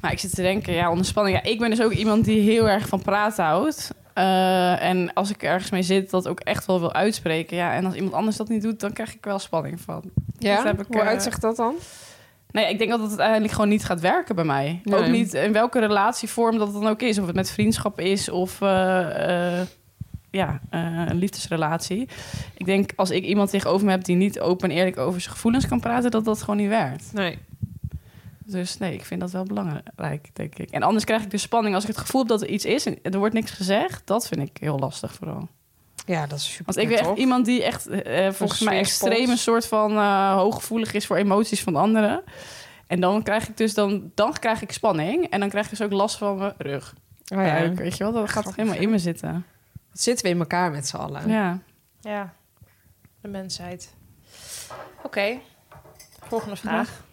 S5: Maar ik zit te denken, ja, onder spanning. Ja, ik ben dus ook iemand die heel erg van praten houdt. Eh, en als ik ergens mee zit, dat ook echt wel wil uitspreken. Ja, en als iemand anders dat niet doet, dan krijg ik wel spanning van.
S7: Ja,
S5: Dat heb ik,
S7: hoe
S5: eh,
S7: uitzicht dat dan?
S5: Nee, ik denk dat het uiteindelijk gewoon niet gaat werken bij mij.
S7: Nee.
S5: Ook niet in welke relatievorm dat het dan ook is. Of het met vriendschap is of eh, eh, ja, eh, een liefdesrelatie. Ik denk als ik iemand tegenover me heb die niet open en eerlijk over zijn gevoelens kan praten, dat dat gewoon niet werkt.
S7: Nee.
S5: Dus nee, ik vind dat wel belangrijk, denk ik. En anders krijg ik dus spanning als ik het gevoel heb dat er iets is en er wordt niks gezegd. Dat vind ik heel lastig vooral.
S7: Ja, dat is super.
S5: Want ik ben echt iemand die echt eh, volgens mij
S7: sweet spot.
S5: extreem een soort van eh, hooggevoelig is voor emoties van anderen. En dan krijg ik dus dan, dan krijg ik spanning en dan krijg ik dus ook last van mijn rug.
S7: Oh, ja.
S5: Eigenlijk, Weet je wel, dat gaat toch helemaal in me zitten.
S7: Dat zitten we in elkaar met z'n allen.
S5: Ja.
S6: ja, de mensheid. Oké, volgende vraag.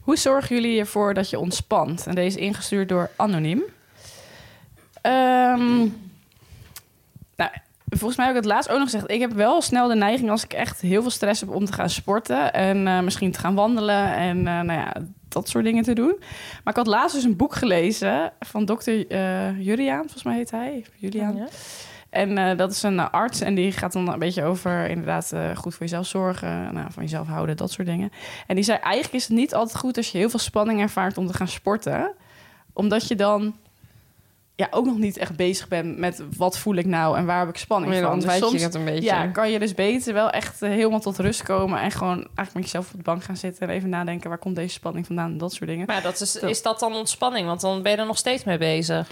S5: Hoe zorgen jullie ervoor dat je ontspant? En deze is ingestuurd door Anoniem. Ehm, nou, volgens mij heb ik het laatst ook nog gezegd. Ik heb wel snel de neiging als ik echt heel veel stress heb om te gaan sporten. En eh, misschien te gaan wandelen en eh, nou ja, dat soort dingen te doen. Maar ik had laatst dus een boek gelezen van dokter eh, Juriaan, volgens mij heet hij. Juliaan. En eh, dat is een eh, arts en die gaat dan een beetje over inderdaad eh, goed voor jezelf zorgen, nou, van jezelf houden, dat soort dingen. En die zei eigenlijk is het niet altijd goed als je heel veel spanning ervaart om te gaan sporten, omdat je dan ja, ook nog niet echt bezig bent met wat voel ik nou en waar heb ik spanning
S7: Maar dan
S5: van. Dus
S7: ontwijk je het
S5: soms-
S7: een beetje.
S5: ja, kan je dus beter wel echt eh, helemaal tot rust komen en gewoon eigenlijk met jezelf op de bank gaan zitten en even nadenken waar komt deze spanning vandaan en dat soort dingen.
S6: Maar dat is, is dat dan ontspanning? Want dan ben je er nog steeds mee bezig.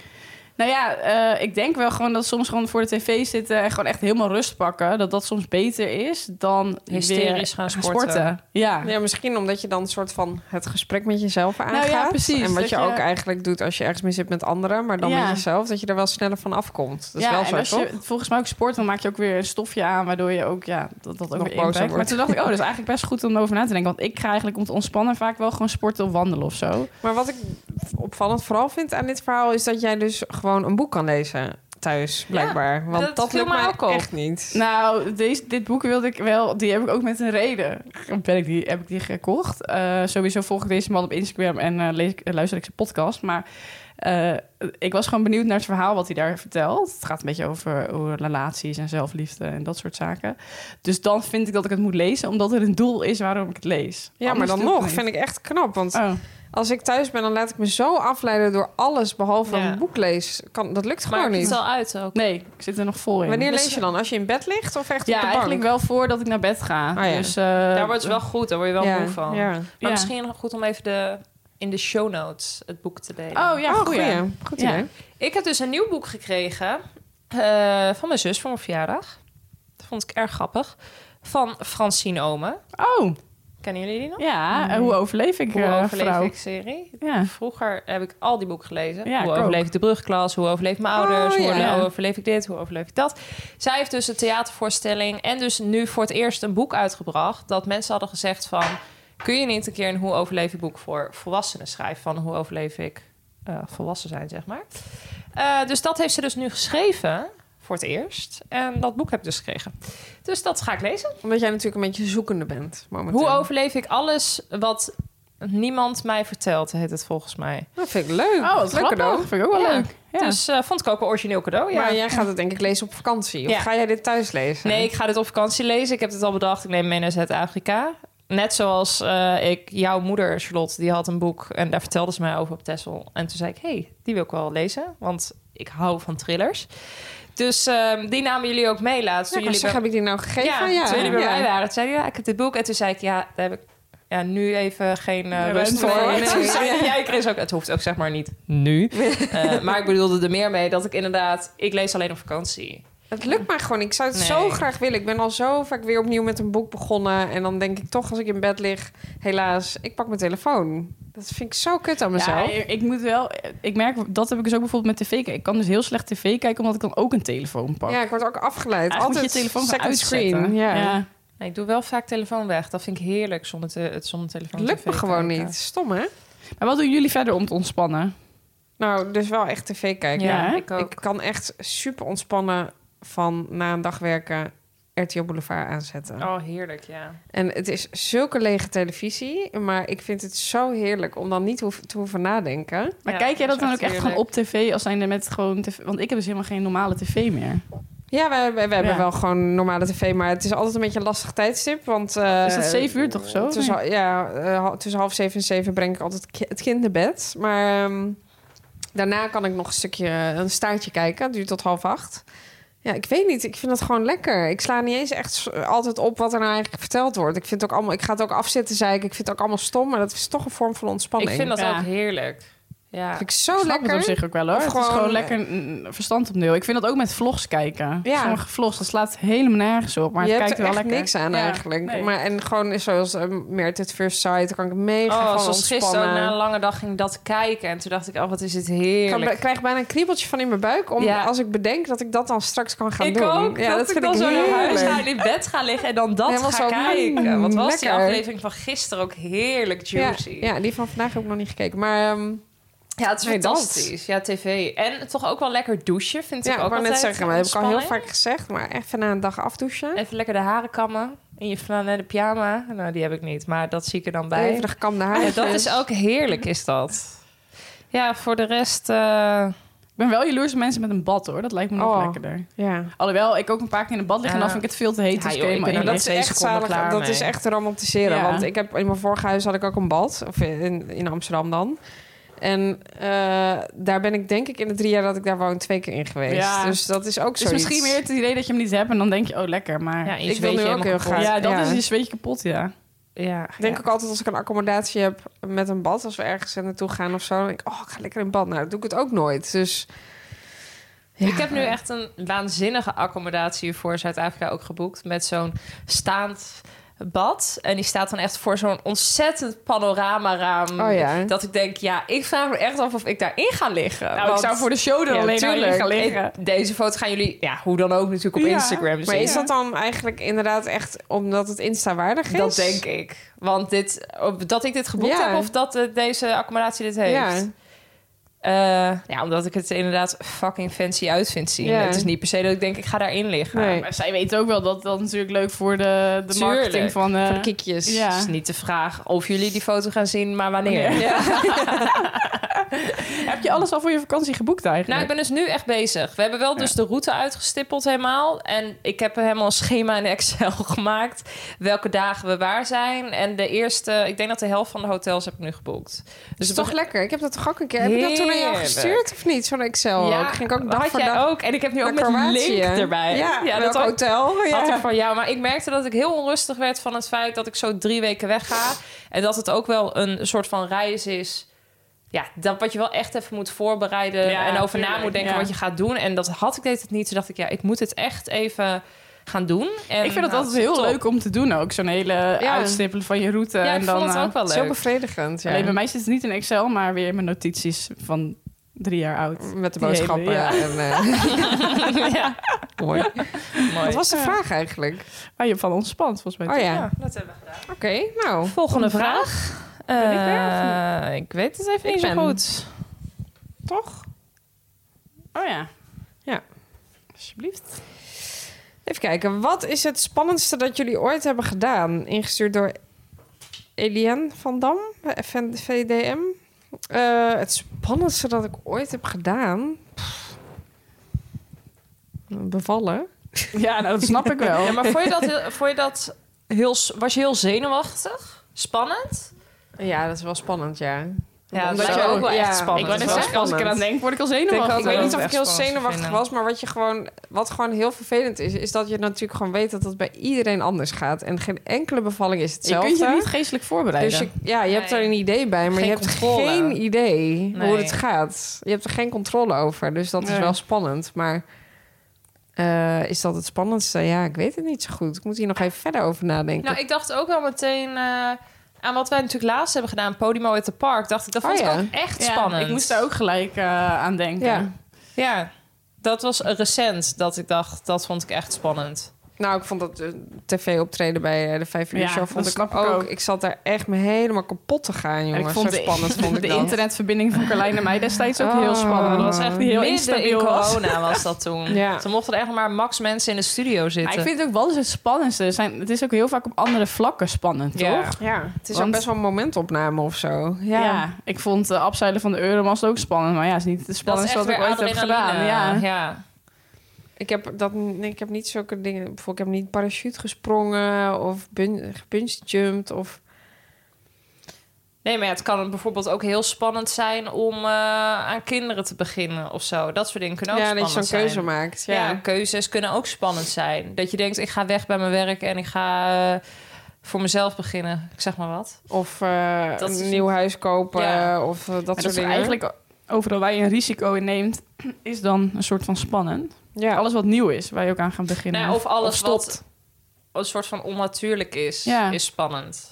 S5: Nou ja, eh, ik denk wel gewoon dat soms gewoon voor de tv zitten en gewoon echt helemaal rust pakken. Dat dat soms beter is dan weer eh,
S6: Hysterisch gaan sporten.
S5: Ja.
S7: Ja, misschien omdat je dan een soort van het gesprek met jezelf aangaat.
S5: Nou ja, precies.
S7: En wat
S5: Dat
S7: je,
S5: je-
S7: ook eigenlijk doet als je ergens mee zit met anderen, maar dan
S5: Ja.
S7: met jezelf, dat je er wel sneller van afkomt. Dat is
S5: ja,
S7: wel
S5: en
S7: zo,
S5: als
S7: toch?
S5: je volgens mij ook sport, dan maak je ook weer een stofje aan, waardoor je ook, ja, dat, dat ook
S7: Nog
S5: weer
S7: bozer
S5: impact. Maar
S7: wordt.
S5: toen dacht ik, oh, dat is eigenlijk best goed om over na te denken. Want ik ga eigenlijk om te ontspannen vaak wel gewoon sporten of wandelen of zo.
S7: Maar wat ik opvallend vooral vind aan dit verhaal is dat jij dus gewoon een boek kan lezen thuis, blijkbaar. Want dat,
S6: dat viel
S7: lukt
S6: mij
S7: mij
S6: ook op.
S7: echt niet.
S5: Nou, deze, dit boek wilde ik wel. Die heb ik ook met een reden. Ben ik die, heb ik die gekocht. Eh, sowieso volg ik deze man op Instagram en eh, lees ik- eh, luister ik zijn podcast. Maar eh, ik was gewoon benieuwd naar het verhaal wat hij daar vertelt. Het gaat een beetje over, over relaties en zelfliefde en dat soort zaken. Dus dan vind ik dat ik het moet lezen, omdat er een doel is waarom ik het lees.
S7: ja, maar
S5: Anders
S7: dan
S5: doe ik
S7: nog
S5: het
S7: vind
S5: niet.
S7: ik echt knap. Want
S5: Oh.
S7: als ik thuis ben, dan laat ik me zo afleiden door alles behalve
S6: Ja.
S7: een boek lezen. Kan, dat lukt
S6: Maar
S7: gewoon
S6: het is
S7: niet.
S6: al uit ook.
S5: Nee, ik zit er nog vol in.
S7: Wanneer
S5: Dus-
S7: lees je dan? Als je in bed ligt of echt
S5: Ja,
S7: op de bank?
S5: eigenlijk wel voordat ik naar bed ga.
S7: Ah, ja.
S5: Dus eh,
S6: Daar wordt het wel goed, daar word je wel moe van.
S7: Ja.
S5: ja.
S6: Maar misschien goed om even de, in de show notes het boek te delen.
S5: Oh ja,
S7: oh,
S5: goeie.
S7: goeie. Goed
S5: Ja.
S7: idee.
S6: Ik heb dus een nieuw boek gekregen eh, van mijn zus voor mijn verjaardag. Dat vond ik erg grappig. Van Francine Omen.
S5: Oh,
S6: Kennen jullie die nog?
S7: Oh,
S5: ja. en hoe overleef ik,
S6: Hoe
S5: eh,
S6: overleef
S5: vrouw?
S6: ik serie?
S5: Ja.
S6: Vroeger heb ik al die boeken gelezen.
S5: Ja, ik
S6: hoe
S5: ook.
S6: overleef ik de brugklas? Hoe overleef ik mijn ouders?
S7: Oh,
S6: hoe,
S7: ja.
S6: hoe overleef ik dit? Hoe overleef ik dat? Zij heeft dus een theatervoorstelling en dus nu voor het eerst een boek uitgebracht. Dat mensen hadden gezegd van... Kun je niet een keer een hoe overleef ik boek voor volwassenen schrijven? Van hoe overleef ik eh, volwassen zijn, zeg maar. Eh, dus dat heeft ze dus nu geschreven voor het eerst. En dat boek heb ik dus gekregen. Dus dat ga ik lezen.
S7: Omdat jij natuurlijk een beetje zoekende bent momenteel.
S6: Hoe overleef ik alles wat niemand mij vertelt, heet het volgens mij.
S7: Dat vind ik leuk.
S5: Oh, wat
S7: leuk
S5: leuk
S7: cadeau.
S5: Vind ik ook wel
S6: Ja.
S5: leuk. Ja.
S6: Dus eh, vond ik ook een origineel cadeau. Ja.
S7: Maar jij gaat het denk ik lezen op vakantie. Of
S6: Ja.
S7: ga jij dit thuis lezen?
S6: Nee, ik ga dit op vakantie lezen. Ik heb het al bedacht. Ik neem mee naar Zuid-Afrika. Net zoals eh, ik, jouw moeder Charlotte, die had een boek en daar vertelde ze mij over op Tessel. En toen zei ik, hey, die wil ik wel lezen, want ik hou van thrillers. Dus ehm, die namen jullie ook mee laatst.
S7: Ja,
S6: toen
S7: ik wou zeggen,
S6: jullie
S7: heb ik die nou gegeven?
S6: ja,
S7: ja.
S6: toen jullie bij
S7: Ja.
S6: mij waren, toen zei hij, ja, ik heb dit boek. En toen zei ik, ja, daar heb ik ja, nu even geen eh, rust
S5: ruimte
S6: voor.
S7: *laughs*
S5: voor.
S6: En toen zei hij, ja, ik lees ook, het hoeft ook zeg maar niet nu. Eh, maar ik bedoelde er meer mee dat ik inderdaad, ik lees alleen op vakantie.
S7: Het lukt mij gewoon. niet. Ik zou het
S6: Nee.
S7: zo graag willen. Ik ben al zo vaak weer opnieuw met een boek begonnen. En dan denk ik toch, als ik in bed lig, helaas, ik pak mijn telefoon. Dat vind ik zo kut aan
S5: Ja,
S7: mezelf.
S5: ik, ik moet wel... Ik merk, dat heb ik dus ook bijvoorbeeld met tv kijken. Ik kan dus heel slecht tv kijken, omdat ik dan ook een telefoon pak.
S7: Ja, ik word ook afgeleid.
S5: Eigenlijk
S7: Altijd
S5: moet je telefoon gaan
S7: second
S5: uitzetten.
S7: screen. Ja.
S5: ja.
S6: Nee, ik doe wel vaak telefoon weg. Dat vind ik heerlijk zonder te, het zonder telefoon.
S7: Het lukt me
S6: tv
S7: gewoon
S6: kijken.
S7: niet. Stom, hè?
S5: Maar wat doen jullie verder om te ontspannen?
S7: Nou, dus wel echt tv kijken.
S5: Ja,
S6: Ja,
S5: hè?
S6: ik ook.
S7: Ik kan echt super ontspannen van na een dag werken RTL Boulevard aanzetten.
S6: Oh, heerlijk, ja.
S7: En het is zulke lege televisie, maar ik vind het zo heerlijk om dan niet hoef- te hoeven nadenken.
S5: Maar
S6: Ja,
S5: kijk jij dat
S6: dat is
S5: dan ook
S6: echt
S5: echt gewoon op
S6: heerlijk.
S5: tv, als zijnde met gewoon tv? Want ik heb dus helemaal geen normale tv meer.
S7: Ja, we, hebben- we hebben
S5: Ja.
S7: wel gewoon normale tv, maar het is altijd een beetje een lastig tijdstip. Want, eh,
S5: Is dat zeven uur toch of zo?
S7: Tussen, hal- ja, eh, hal- tussen half zeven en zeven breng ik altijd ki- het kind naar bed. Maar ehm, daarna kan ik nog een stukje, eh, een staartje kijken. Het duurt tot half acht. Ja, ik weet niet. Ik vind dat gewoon lekker. Ik sla niet eens echt s- altijd op wat er nou eigenlijk verteld wordt. Ik, vind het ook allemaal, ik ga het ook afzitten, zei ik. Ik vind het ook allemaal stom, maar dat is toch een vorm van ontspanning.
S6: Ik vind dat
S5: Ja.
S6: ook heerlijk. Ja.
S7: Dat vind ik zo
S5: ik snap
S7: lekker.
S5: het op zich ook wel hoor.
S7: Of
S5: Het is gewoon
S7: gewoon-
S5: lekker een verstand opnieuw. Ik vind dat ook met vlogs kijken.
S7: Ja.
S5: Sommige vlogs, dat slaat helemaal nergens op. Maar
S7: je
S5: het
S7: hebt
S5: kijkt
S7: er
S5: wel
S7: echt
S5: lekker.
S7: niks aan
S5: Ja,
S7: eigenlijk.
S5: nee.
S7: Maar, en gewoon zoals uh, Merit at First Sight, daar kan ik mega
S6: Oh,
S7: van
S6: zoals gisteren ook
S7: ontspannen.
S6: na een lange dag ging ik dat kijken. En toen dacht ik, oh, wat is
S7: Ik
S6: dit
S7: kan-
S6: heerlijk.
S7: krijg bijna een kriebeltje van in mijn buik. Om,
S6: Ja.
S7: Als ik bedenk dat ik dat dan straks kan gaan
S6: ik
S7: doen.
S6: ook.
S7: Ja,
S6: dat,
S7: dat
S6: ik
S7: vind
S6: dan
S7: ik
S6: zo naar huis ga
S7: heerlijk.
S6: en in bed ga liggen en dan dat
S7: Helemaal
S6: ga
S7: zo,
S6: kijken.
S7: mm,
S6: Wat was die
S7: lekker.
S6: aflevering van gisteren ook heerlijk
S7: Ja,
S6: juicy.
S7: ja, die van vandaag heb ik nog niet gekeken. Maar ehm,
S6: Ja, het is
S7: Nee, dat.
S6: fantastisch. Ja, tv. En toch ook wel lekker douchen, vind
S7: ja,
S6: ik
S7: ik
S6: ook
S7: wou net
S6: altijd.
S7: zeggen, maar dat heb ik al heel
S6: Ontspanning.
S7: vaak gezegd. Maar even na een dag afdouchen.
S6: Even lekker de haren kammen in je flanelle pyjama. Nou, die heb ik niet, maar dat zie ik er dan bij.
S7: Even de gekamde haar.
S6: Ja, dat is ook heerlijk, is dat. Ja, voor de rest... eh,
S5: Ik ben wel jaloers op mensen met een bad hoor. Dat lijkt me nog
S7: Oh.
S5: lekkerder.
S7: Ja.
S5: Alhoewel, ik ook een paar keer in het bad liggen en dan
S6: Ja.
S5: vind ik het veel te heet.
S6: Ja,
S5: dus ik
S6: joh,
S5: kan
S6: ik
S5: helemaal in
S6: ben er
S7: dat
S5: liggen.
S7: is echt
S6: twee seconden
S7: zalig.
S6: klaar
S7: Dat
S6: mee.
S7: is echt romantiseren.
S5: Ja.
S7: Want ik heb in mijn vorige huis had ik ook een bad. Of in, in Amsterdam dan. En eh, daar ben ik denk ik in de drie jaar dat ik daar woon twee keer in geweest.
S5: Ja.
S7: Dus dat is ook
S5: Dus
S7: zo.
S5: misschien meer het idee dat je hem niet hebt en dan denk je, oh lekker. Maar
S6: ja,
S5: ja,
S6: in je
S7: Ik wil nu
S6: zweetje
S7: ook
S6: helemaal
S7: heel
S6: kapot.
S7: graag.
S5: dat
S7: ja.
S5: is dus een beetje kapot, ja.
S6: Ja,
S7: Ik denk
S6: ja.
S7: ook altijd als ik een accommodatie heb met een bad, als we ergens naartoe gaan of zo, dan denk ik, oh, ik ga lekker in bad. Nou, dat doe ik het ook nooit. Dus
S6: Ik heb nu echt een waanzinnige accommodatie voor Zuid-Afrika ook geboekt. Met zo'n staand bad. En die staat dan echt voor zo'n ontzettend panoramaraam.
S7: Oh ja.
S6: Dat ik denk, ja, ik vraag me echt af of ik daarin ga liggen.
S5: Nou, ik zou voor de show er
S6: Ja,
S5: alleen maar in
S6: tuurlijk.
S5: gaan liggen.
S6: En Deze foto gaan jullie, ja, hoe dan ook natuurlijk op
S5: Ja.
S6: Instagram
S7: Maar
S6: zien.
S7: is dat dan eigenlijk inderdaad echt omdat het Insta-waardig is?
S6: Dat denk ik. Want dit, op- dat ik dit geboekt
S7: Ja.
S6: heb of dat eh, deze accommodatie dit heeft.
S7: Ja.
S6: Eh, ja, omdat ik het inderdaad fucking fancy uit vind zien.
S7: Ja.
S6: Het is niet per se dat ik denk, ik ga daarin liggen.
S7: Nee.
S5: Maar zij weten ook wel dat dat natuurlijk leuk voor de, de
S6: Tuurlijk.
S5: marketing van... eh,
S6: Voor de kiekjes.
S5: ja.
S6: Het is niet de vraag of jullie die foto gaan zien, maar wanneer.
S5: *laughs* heb je alles al voor je vakantie geboekt
S6: Nou,
S5: eigenlijk?
S6: ik ben dus nu echt bezig. We hebben wel dus de route uitgestippeld helemaal. En ik heb helemaal een schema in Excel *laughs* gemaakt. Welke dagen we waar zijn. En de eerste, ik denk dat de helft van de hotels heb ik nu geboekt.
S7: Dus
S6: Dus
S7: het is toch lekker. Ik heb dat toch ook een keer. Heb ik dat toen aan jou
S6: Heerlijk.
S7: gestuurd of niet? Zo'n Excel. Ja, ging ik ook dag
S6: had
S7: voor
S6: jij
S7: dag
S6: ook. En ik heb nu ook
S7: naar
S6: met een
S7: Kroatië.
S6: link erbij.
S7: Ja, welk
S6: dat ook-
S7: hotel. Ja.
S6: had ik van jou. Maar ik merkte dat ik heel onrustig werd van het feit dat ik zo drie weken wegga. En dat het ook wel een soort van reis is. Ja, dat wat je wel echt even moet voorbereiden.
S5: Ja,
S6: en over na
S5: tuurlijk,
S6: moet denken
S5: ja.
S6: wat je gaat doen. En dat had ik deed het niet. Toen dacht ik, ja, ik moet het echt even gaan doen. En,
S5: ik vind het
S6: nou,
S5: altijd heel
S6: top.
S5: leuk om te doen ook. Zo'n hele uitstippelen van je route.
S6: Ja,
S5: en
S6: ik
S5: dan,
S6: vond het
S5: eh,
S6: ook wel
S7: Het is heel
S6: leuk.
S7: bevredigend. Ja.
S5: Alleen bij mij zit het niet in Excel, maar weer in mijn notities van drie jaar oud.
S7: Met de
S5: Die
S7: boodschappen.
S5: hele, ja.
S7: en, eh,
S6: *laughs*
S7: *laughs*
S6: ja. Mooi.
S7: wat
S6: Mooi.
S7: was de vraag eigenlijk?
S5: Waar Ah, je van ontspant, volgens mij.
S7: Oh ja,
S6: Ja, dat hebben we gedaan.
S7: oké. Nou,
S6: Volgende vraag.
S5: ik weer
S6: Eh, ik weet het even
S7: Ik
S6: niet zo
S7: ben-
S6: goed.
S7: toch?
S5: Oh ja.
S7: Ja.
S5: Alsjeblieft.
S7: Even kijken. Wat is het spannendste dat jullie ooit hebben gedaan? Ingestuurd door Eliane van Dam, FN VDM. Eh, het spannendste dat ik ooit heb gedaan? Pff. Bevallen.
S5: *laughs* Ja, nou, dat snap ik wel.
S6: Ja, maar vond je dat, heel- *laughs* vond je dat heel, s- was je heel zenuwachtig? Spannend?
S7: Ja, dat is wel spannend, ja.
S6: Ja,
S7: Omdat
S6: dat
S7: je
S6: is ook
S7: ook-
S6: wel
S7: ja.
S6: echt
S5: ik
S6: spannend.
S5: wou net
S7: wel
S5: zeggen, als ik eraan
S7: spannend.
S5: denk, word ik al
S7: Ik,
S5: zenuwachtig.
S7: weet
S6: dat
S7: niet
S6: het
S7: of ik
S6: echt
S7: heel
S6: spannend
S7: zenuwachtig
S6: vinden.
S7: was, maar wat je gewoon, wat gewoon heel vervelend is, is dat je natuurlijk gewoon weet dat het bij iedereen anders gaat. En geen enkele bevalling is
S5: je
S7: hetzelfde.
S5: kunt je niet geestelijk
S7: dus
S5: voorbereiden.
S7: je, ja, je hebt
S6: Nee.
S7: er een idee bij, maar
S6: Geen
S7: je hebt
S6: controle.
S7: geen idee hoe
S6: Nee.
S7: het gaat. Je hebt er geen controle over, dus dat
S5: Nee.
S7: is wel spannend. Maar eh, is dat het spannendste? Ja, ik weet het niet zo goed. Ik moet hier nog even verder over nadenken.
S6: Nou, ik dacht ook wel meteen eh, aan wat wij natuurlijk laatst hebben gedaan. Podimo at the Park. Dacht ik, dat vond
S7: Oh, ja.
S6: ik ook echt
S5: Ja,
S6: spannend.
S5: Ik moest daar ook gelijk eh, aan denken.
S7: ja.
S6: Ja, dat was recent dat ik dacht, dat vond ik echt spannend.
S7: Nou, ik vond dat eh, tv-optreden bij eh, de Vijf Uur
S5: Ja,
S7: Show
S5: dat
S7: vond ik,
S5: snap ik
S7: ook.
S5: ook.
S7: Ik zat daar echt me helemaal kapot te gaan,
S5: En
S7: jongens.
S5: ik vond
S7: Zo
S5: de,
S7: spannend vond ik
S5: *laughs* de
S7: dat.
S5: internetverbinding van Carlijn en mij destijds ook heel
S7: Oh.
S5: spannend. Dat was echt die heel
S6: Midden in
S5: instabiel was.
S6: corona was dat toen.
S7: Ja.
S6: Toen mochten er echt maar max mensen in de studio
S5: Maar
S6: zitten.
S5: ik vind het ook wel eens het spannendste. Er Zijn, het is ook heel vaak op andere vlakken spannend,
S6: Ja.
S5: toch?
S7: Ja, het is
S5: Want-
S7: ook best wel een momentopname of zo. Ja.
S5: ik vond de afzeilen van de Euromast ook spannend. Maar ja, het is niet het
S6: dat is
S5: spannendste
S6: echt
S5: wat
S6: weer
S5: ik ooit heb gedaan.
S6: adrenaline. eh,
S5: Ja.
S6: ja.
S7: Ik, heb dat, nee, ik heb niet zulke dingen... Bijvoorbeeld, ik heb niet parachute gesprongen of bun- gebungee-jumped of...
S6: Nee, maar ja, het kan bijvoorbeeld ook heel spannend zijn om eh, aan kinderen te beginnen of zo. Dat soort dingen kunnen ook
S7: ja, dat je
S6: Nou, spannend
S7: zo'n
S6: zijn.
S7: keuze maakt. Ja.
S6: Ja. keuzes kunnen ook spannend zijn. Dat je denkt, ik ga weg bij mijn werk en ik ga eh, voor mezelf beginnen. Ik zeg maar wat.
S7: Of eh,
S6: Dat is-
S7: een nieuw huis kopen
S6: Ja.
S7: of eh, dat
S5: Maar
S7: soort
S5: dat is
S7: dingen.
S5: eigenlijk overal waar je een risico in neemt, is dan een soort van spannend.
S7: Ja.
S5: Alles wat nieuw is, waar je ook aan gaat beginnen.
S6: Nou, of alles wat
S5: stopt.
S6: een soort van onnatuurlijk is,
S5: Ja.
S6: is spannend.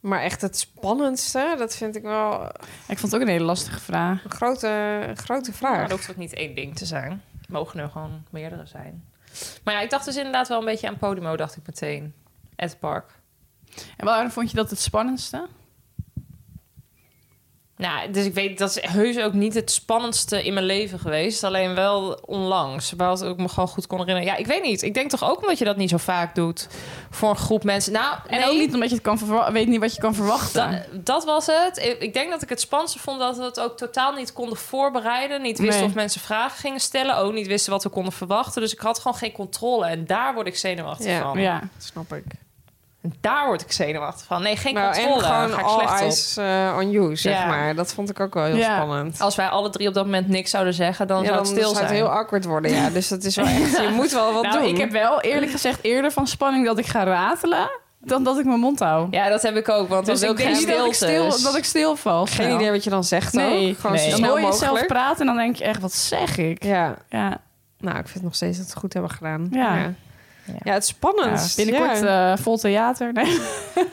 S7: Maar echt het spannendste, dat vind ik wel
S5: Ik vond het ook een hele lastige vraag.
S7: een grote, een grote
S6: Maar
S7: vraag.
S6: dat hoeft ook niet één ding te zijn. Mogen er gewoon meerdere zijn. Maar ja, ik dacht dus inderdaad wel een beetje aan Podimo, dacht ik meteen. At Park.
S5: En waarom vond je dat het spannendste?
S6: Nou, dus ik weet, dat is heus ook niet het spannendste in mijn leven geweest. Alleen wel onlangs, waar ik me gewoon goed kon herinneren. Ja, ik weet niet. Ik denk toch ook omdat je dat niet zo vaak doet voor een groep mensen. Nou,
S5: En
S6: nee,
S5: ook niet omdat je het kan verwa- weet niet wat je kan
S6: da-
S5: verwachten.
S6: dat was het. Ik- Ik denk dat ik het spannendste vond dat we het ook totaal niet konden voorbereiden. Niet wisten
S5: Nee.
S6: of mensen vragen gingen stellen. Ook niet wisten wat we konden verwachten. Dus ik had gewoon geen controle. En daar word ik zenuwachtig
S7: Ja.
S6: van.
S5: ja.
S7: snap ik.
S6: En daar word ik zenuwachtig van. Nee, geen
S7: Nou, en
S6: controle.
S7: gewoon
S6: Ga ik
S7: all
S6: slecht op.
S7: eyes eh, on you, zeg
S6: Ja.
S7: maar. Dat vond ik ook wel heel
S5: Ja.
S7: spannend.
S6: Als wij alle drie op dat moment niks zouden zeggen, dan zou het stil
S7: zou
S6: zijn.
S7: het heel awkward worden,
S6: *laughs*
S7: ja. Dus dat is wel echt... Je moet wel wat
S5: nou,
S7: doen.
S5: ik heb wel eerlijk gezegd eerder van spanning dat ik ga ratelen. dan dat ik mijn mond hou.
S6: Ja, dat heb ik ook, want
S5: dus
S6: dan
S5: ik
S6: wil
S5: denk
S6: geen
S5: niet dat ik,
S6: stiltes.
S5: stil, dat ik stilval.
S7: Geen
S5: snel.
S7: idee wat je dan zegt
S5: Nee,
S7: ook. Gewoon
S6: nee.
S7: zo
S5: Dan
S7: snel
S5: hoor je
S7: mogelijk.
S5: zelf praten en dan denk je echt, wat zeg ik? Ja,
S7: Ja.
S5: ja.
S7: Nou, ik vind nog steeds dat we het goed hebben gedaan.
S5: Ja.
S7: ja. Ja, het is spannend.
S5: binnenkort
S7: Ja.
S5: eh, vol theater. Nee.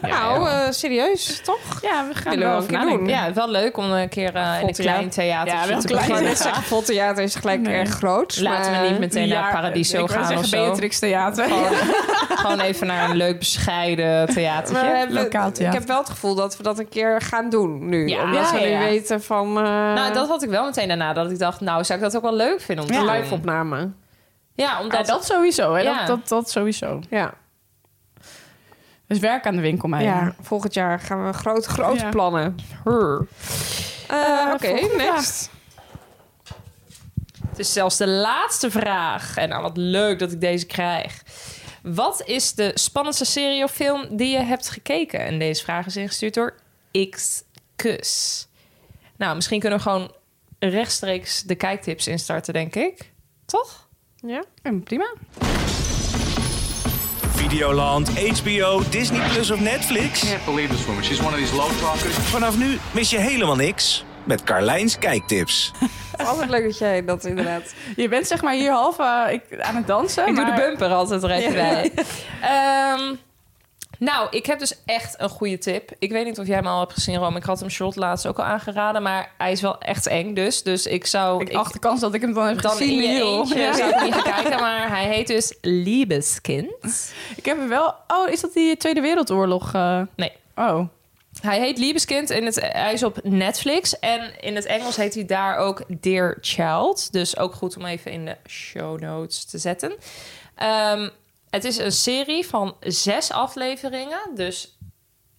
S7: nou, eh, serieus, toch?
S5: Ja, we gaan
S7: Willen we
S5: er wel
S7: ook
S5: over
S7: niet
S5: nadenken.
S7: doen.
S6: Nou,
S7: nou?
S6: Ja, wel leuk om een keer eh, in een
S5: Voltheater.
S6: klein theater
S5: Ja, wel
S6: te
S5: klein.
S7: Ik
S6: beginnen.
S7: net zeggen, vol theater is gelijk
S5: Nee.
S7: erg groot.
S6: Laten
S7: maar-
S6: we niet meteen naar
S5: Ja,
S6: Paradiso
S5: ik wou
S6: gaan of
S5: zeggen,
S6: zo.
S5: Beatrix Theater.
S6: Gewoon, *laughs* gewoon even naar een leuk bescheiden
S7: Maar eh,
S6: theatertje.
S7: we hebben-
S5: Lokaal
S7: ik
S5: theater.
S7: heb wel het gevoel dat we dat een keer gaan doen nu.
S6: Ja,
S7: omdat we
S6: ja,
S7: nu
S6: ja.
S7: weten van eh
S6: Nou, dat had ik wel meteen daarna. Dat ik dacht, nou zou ik dat ook wel leuk vinden om te
S7: de
S6: doen.
S7: live-opname.
S6: Ja,
S5: Ja,
S6: omdat...
S5: dat sowieso, hè.
S6: Ja.
S5: Dat, dat, dat sowieso.
S7: Ja.
S5: Dus werk aan de winkel,
S6: Ah,
S5: mij.
S7: ja, volgend jaar gaan we groot, grote
S5: Ja.
S7: plannen. Hur. Eh, Oké,
S5: volgende
S7: next.
S6: Het is zelfs de laatste vraag. En nou, wat leuk dat ik deze krijg. Wat is de spannendste serie of film die je hebt gekeken? En deze vraag is ingestuurd door X-Kus. Nou, misschien kunnen we gewoon rechtstreeks de kijktips instarten, denk ik. Toch? *laughs*
S7: Ja?
S5: Hm, Prima.
S3: Videoland, HBO, Disney Plus of Netflix?
S8: can't believe this woman. She's one of these low talkers.
S3: Vanaf nu mis je helemaal niks met Carlijns Kijktips.
S7: Altijd leuk dat jij dat inderdaad...
S5: Je bent zeg maar hier half eh, ik, aan het dansen.
S6: Ik doe
S5: maar-
S6: de bumper altijd recht bij. Ehm, nou, ik heb dus echt een goede tip. Ik weet niet of jij hem al hebt gezien, Rome. Ik had hem short laatst ook al aangeraden. Maar hij is wel echt eng dus. Dus ik zou...
S5: Ik acht de kans dat ik hem dan heb
S6: dan
S5: gezien.
S6: in je
S5: joh.
S6: eentje
S5: Ja.
S6: zou ik niet
S5: *laughs*
S6: gaan kijken. Maar hij heet dus Liebeskind.
S5: Ik heb hem wel... Oh, is dat die Tweede Wereldoorlog? eh?
S6: Nee.
S5: Oh.
S6: Hij heet Liebeskind en het, hij is op Netflix. En in het Engels heet hij daar ook Dear Child. Dus ook goed om even in de show notes te zetten. Ehm, het is een serie van zes afleveringen. Dus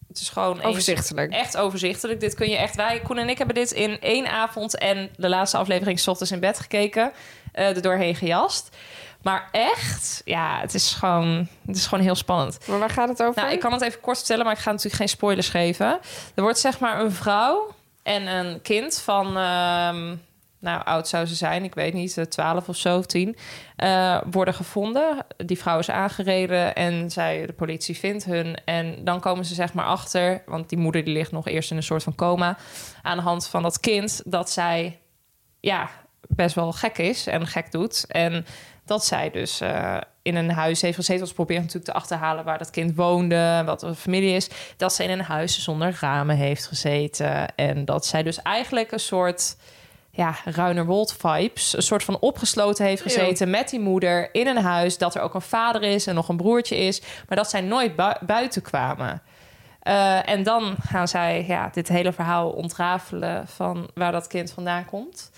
S6: het is gewoon... één-
S7: Overzichtelijk.
S6: Echt overzichtelijk. Dit kun je echt... Wij, Koen en ik, hebben dit in één avond... en de laatste aflevering 's ochtends in bed gekeken. eh er doorheen gejast. Maar echt, ja, het is gewoon, het is gewoon heel spannend.
S7: Maar waar gaat het over?
S6: Nou, ik kan het even kort vertellen, maar ik ga natuurlijk geen spoilers geven. Er wordt zeg maar een vrouw en een kind van, ehm, nou oud zou ze zijn, ik weet niet, eh, 12 of zo, 10, eh, worden gevonden. Die vrouw is aangereden en zij, de politie vindt hun. En dan komen ze zeg maar achter, want die moeder die ligt nog eerst in een soort van coma, aan de hand van dat kind, dat zij, ja, best wel gek is en gek doet. En dat zij dus eh, in een huis heeft gezeten. Want ze proberen natuurlijk te achterhalen waar dat kind woonde, wat de familie is. Dat ze in een huis zonder ramen heeft gezeten. En dat zij dus eigenlijk een soort ja, Ruinerwold vibes. Een soort van opgesloten heeft gezeten met die moeder in een huis. Dat er ook een vader is en nog een broertje is. Maar dat zij nooit bui- buiten kwamen. Eh, en dan gaan zij ja, dit hele verhaal ontrafelen van waar dat kind vandaan komt.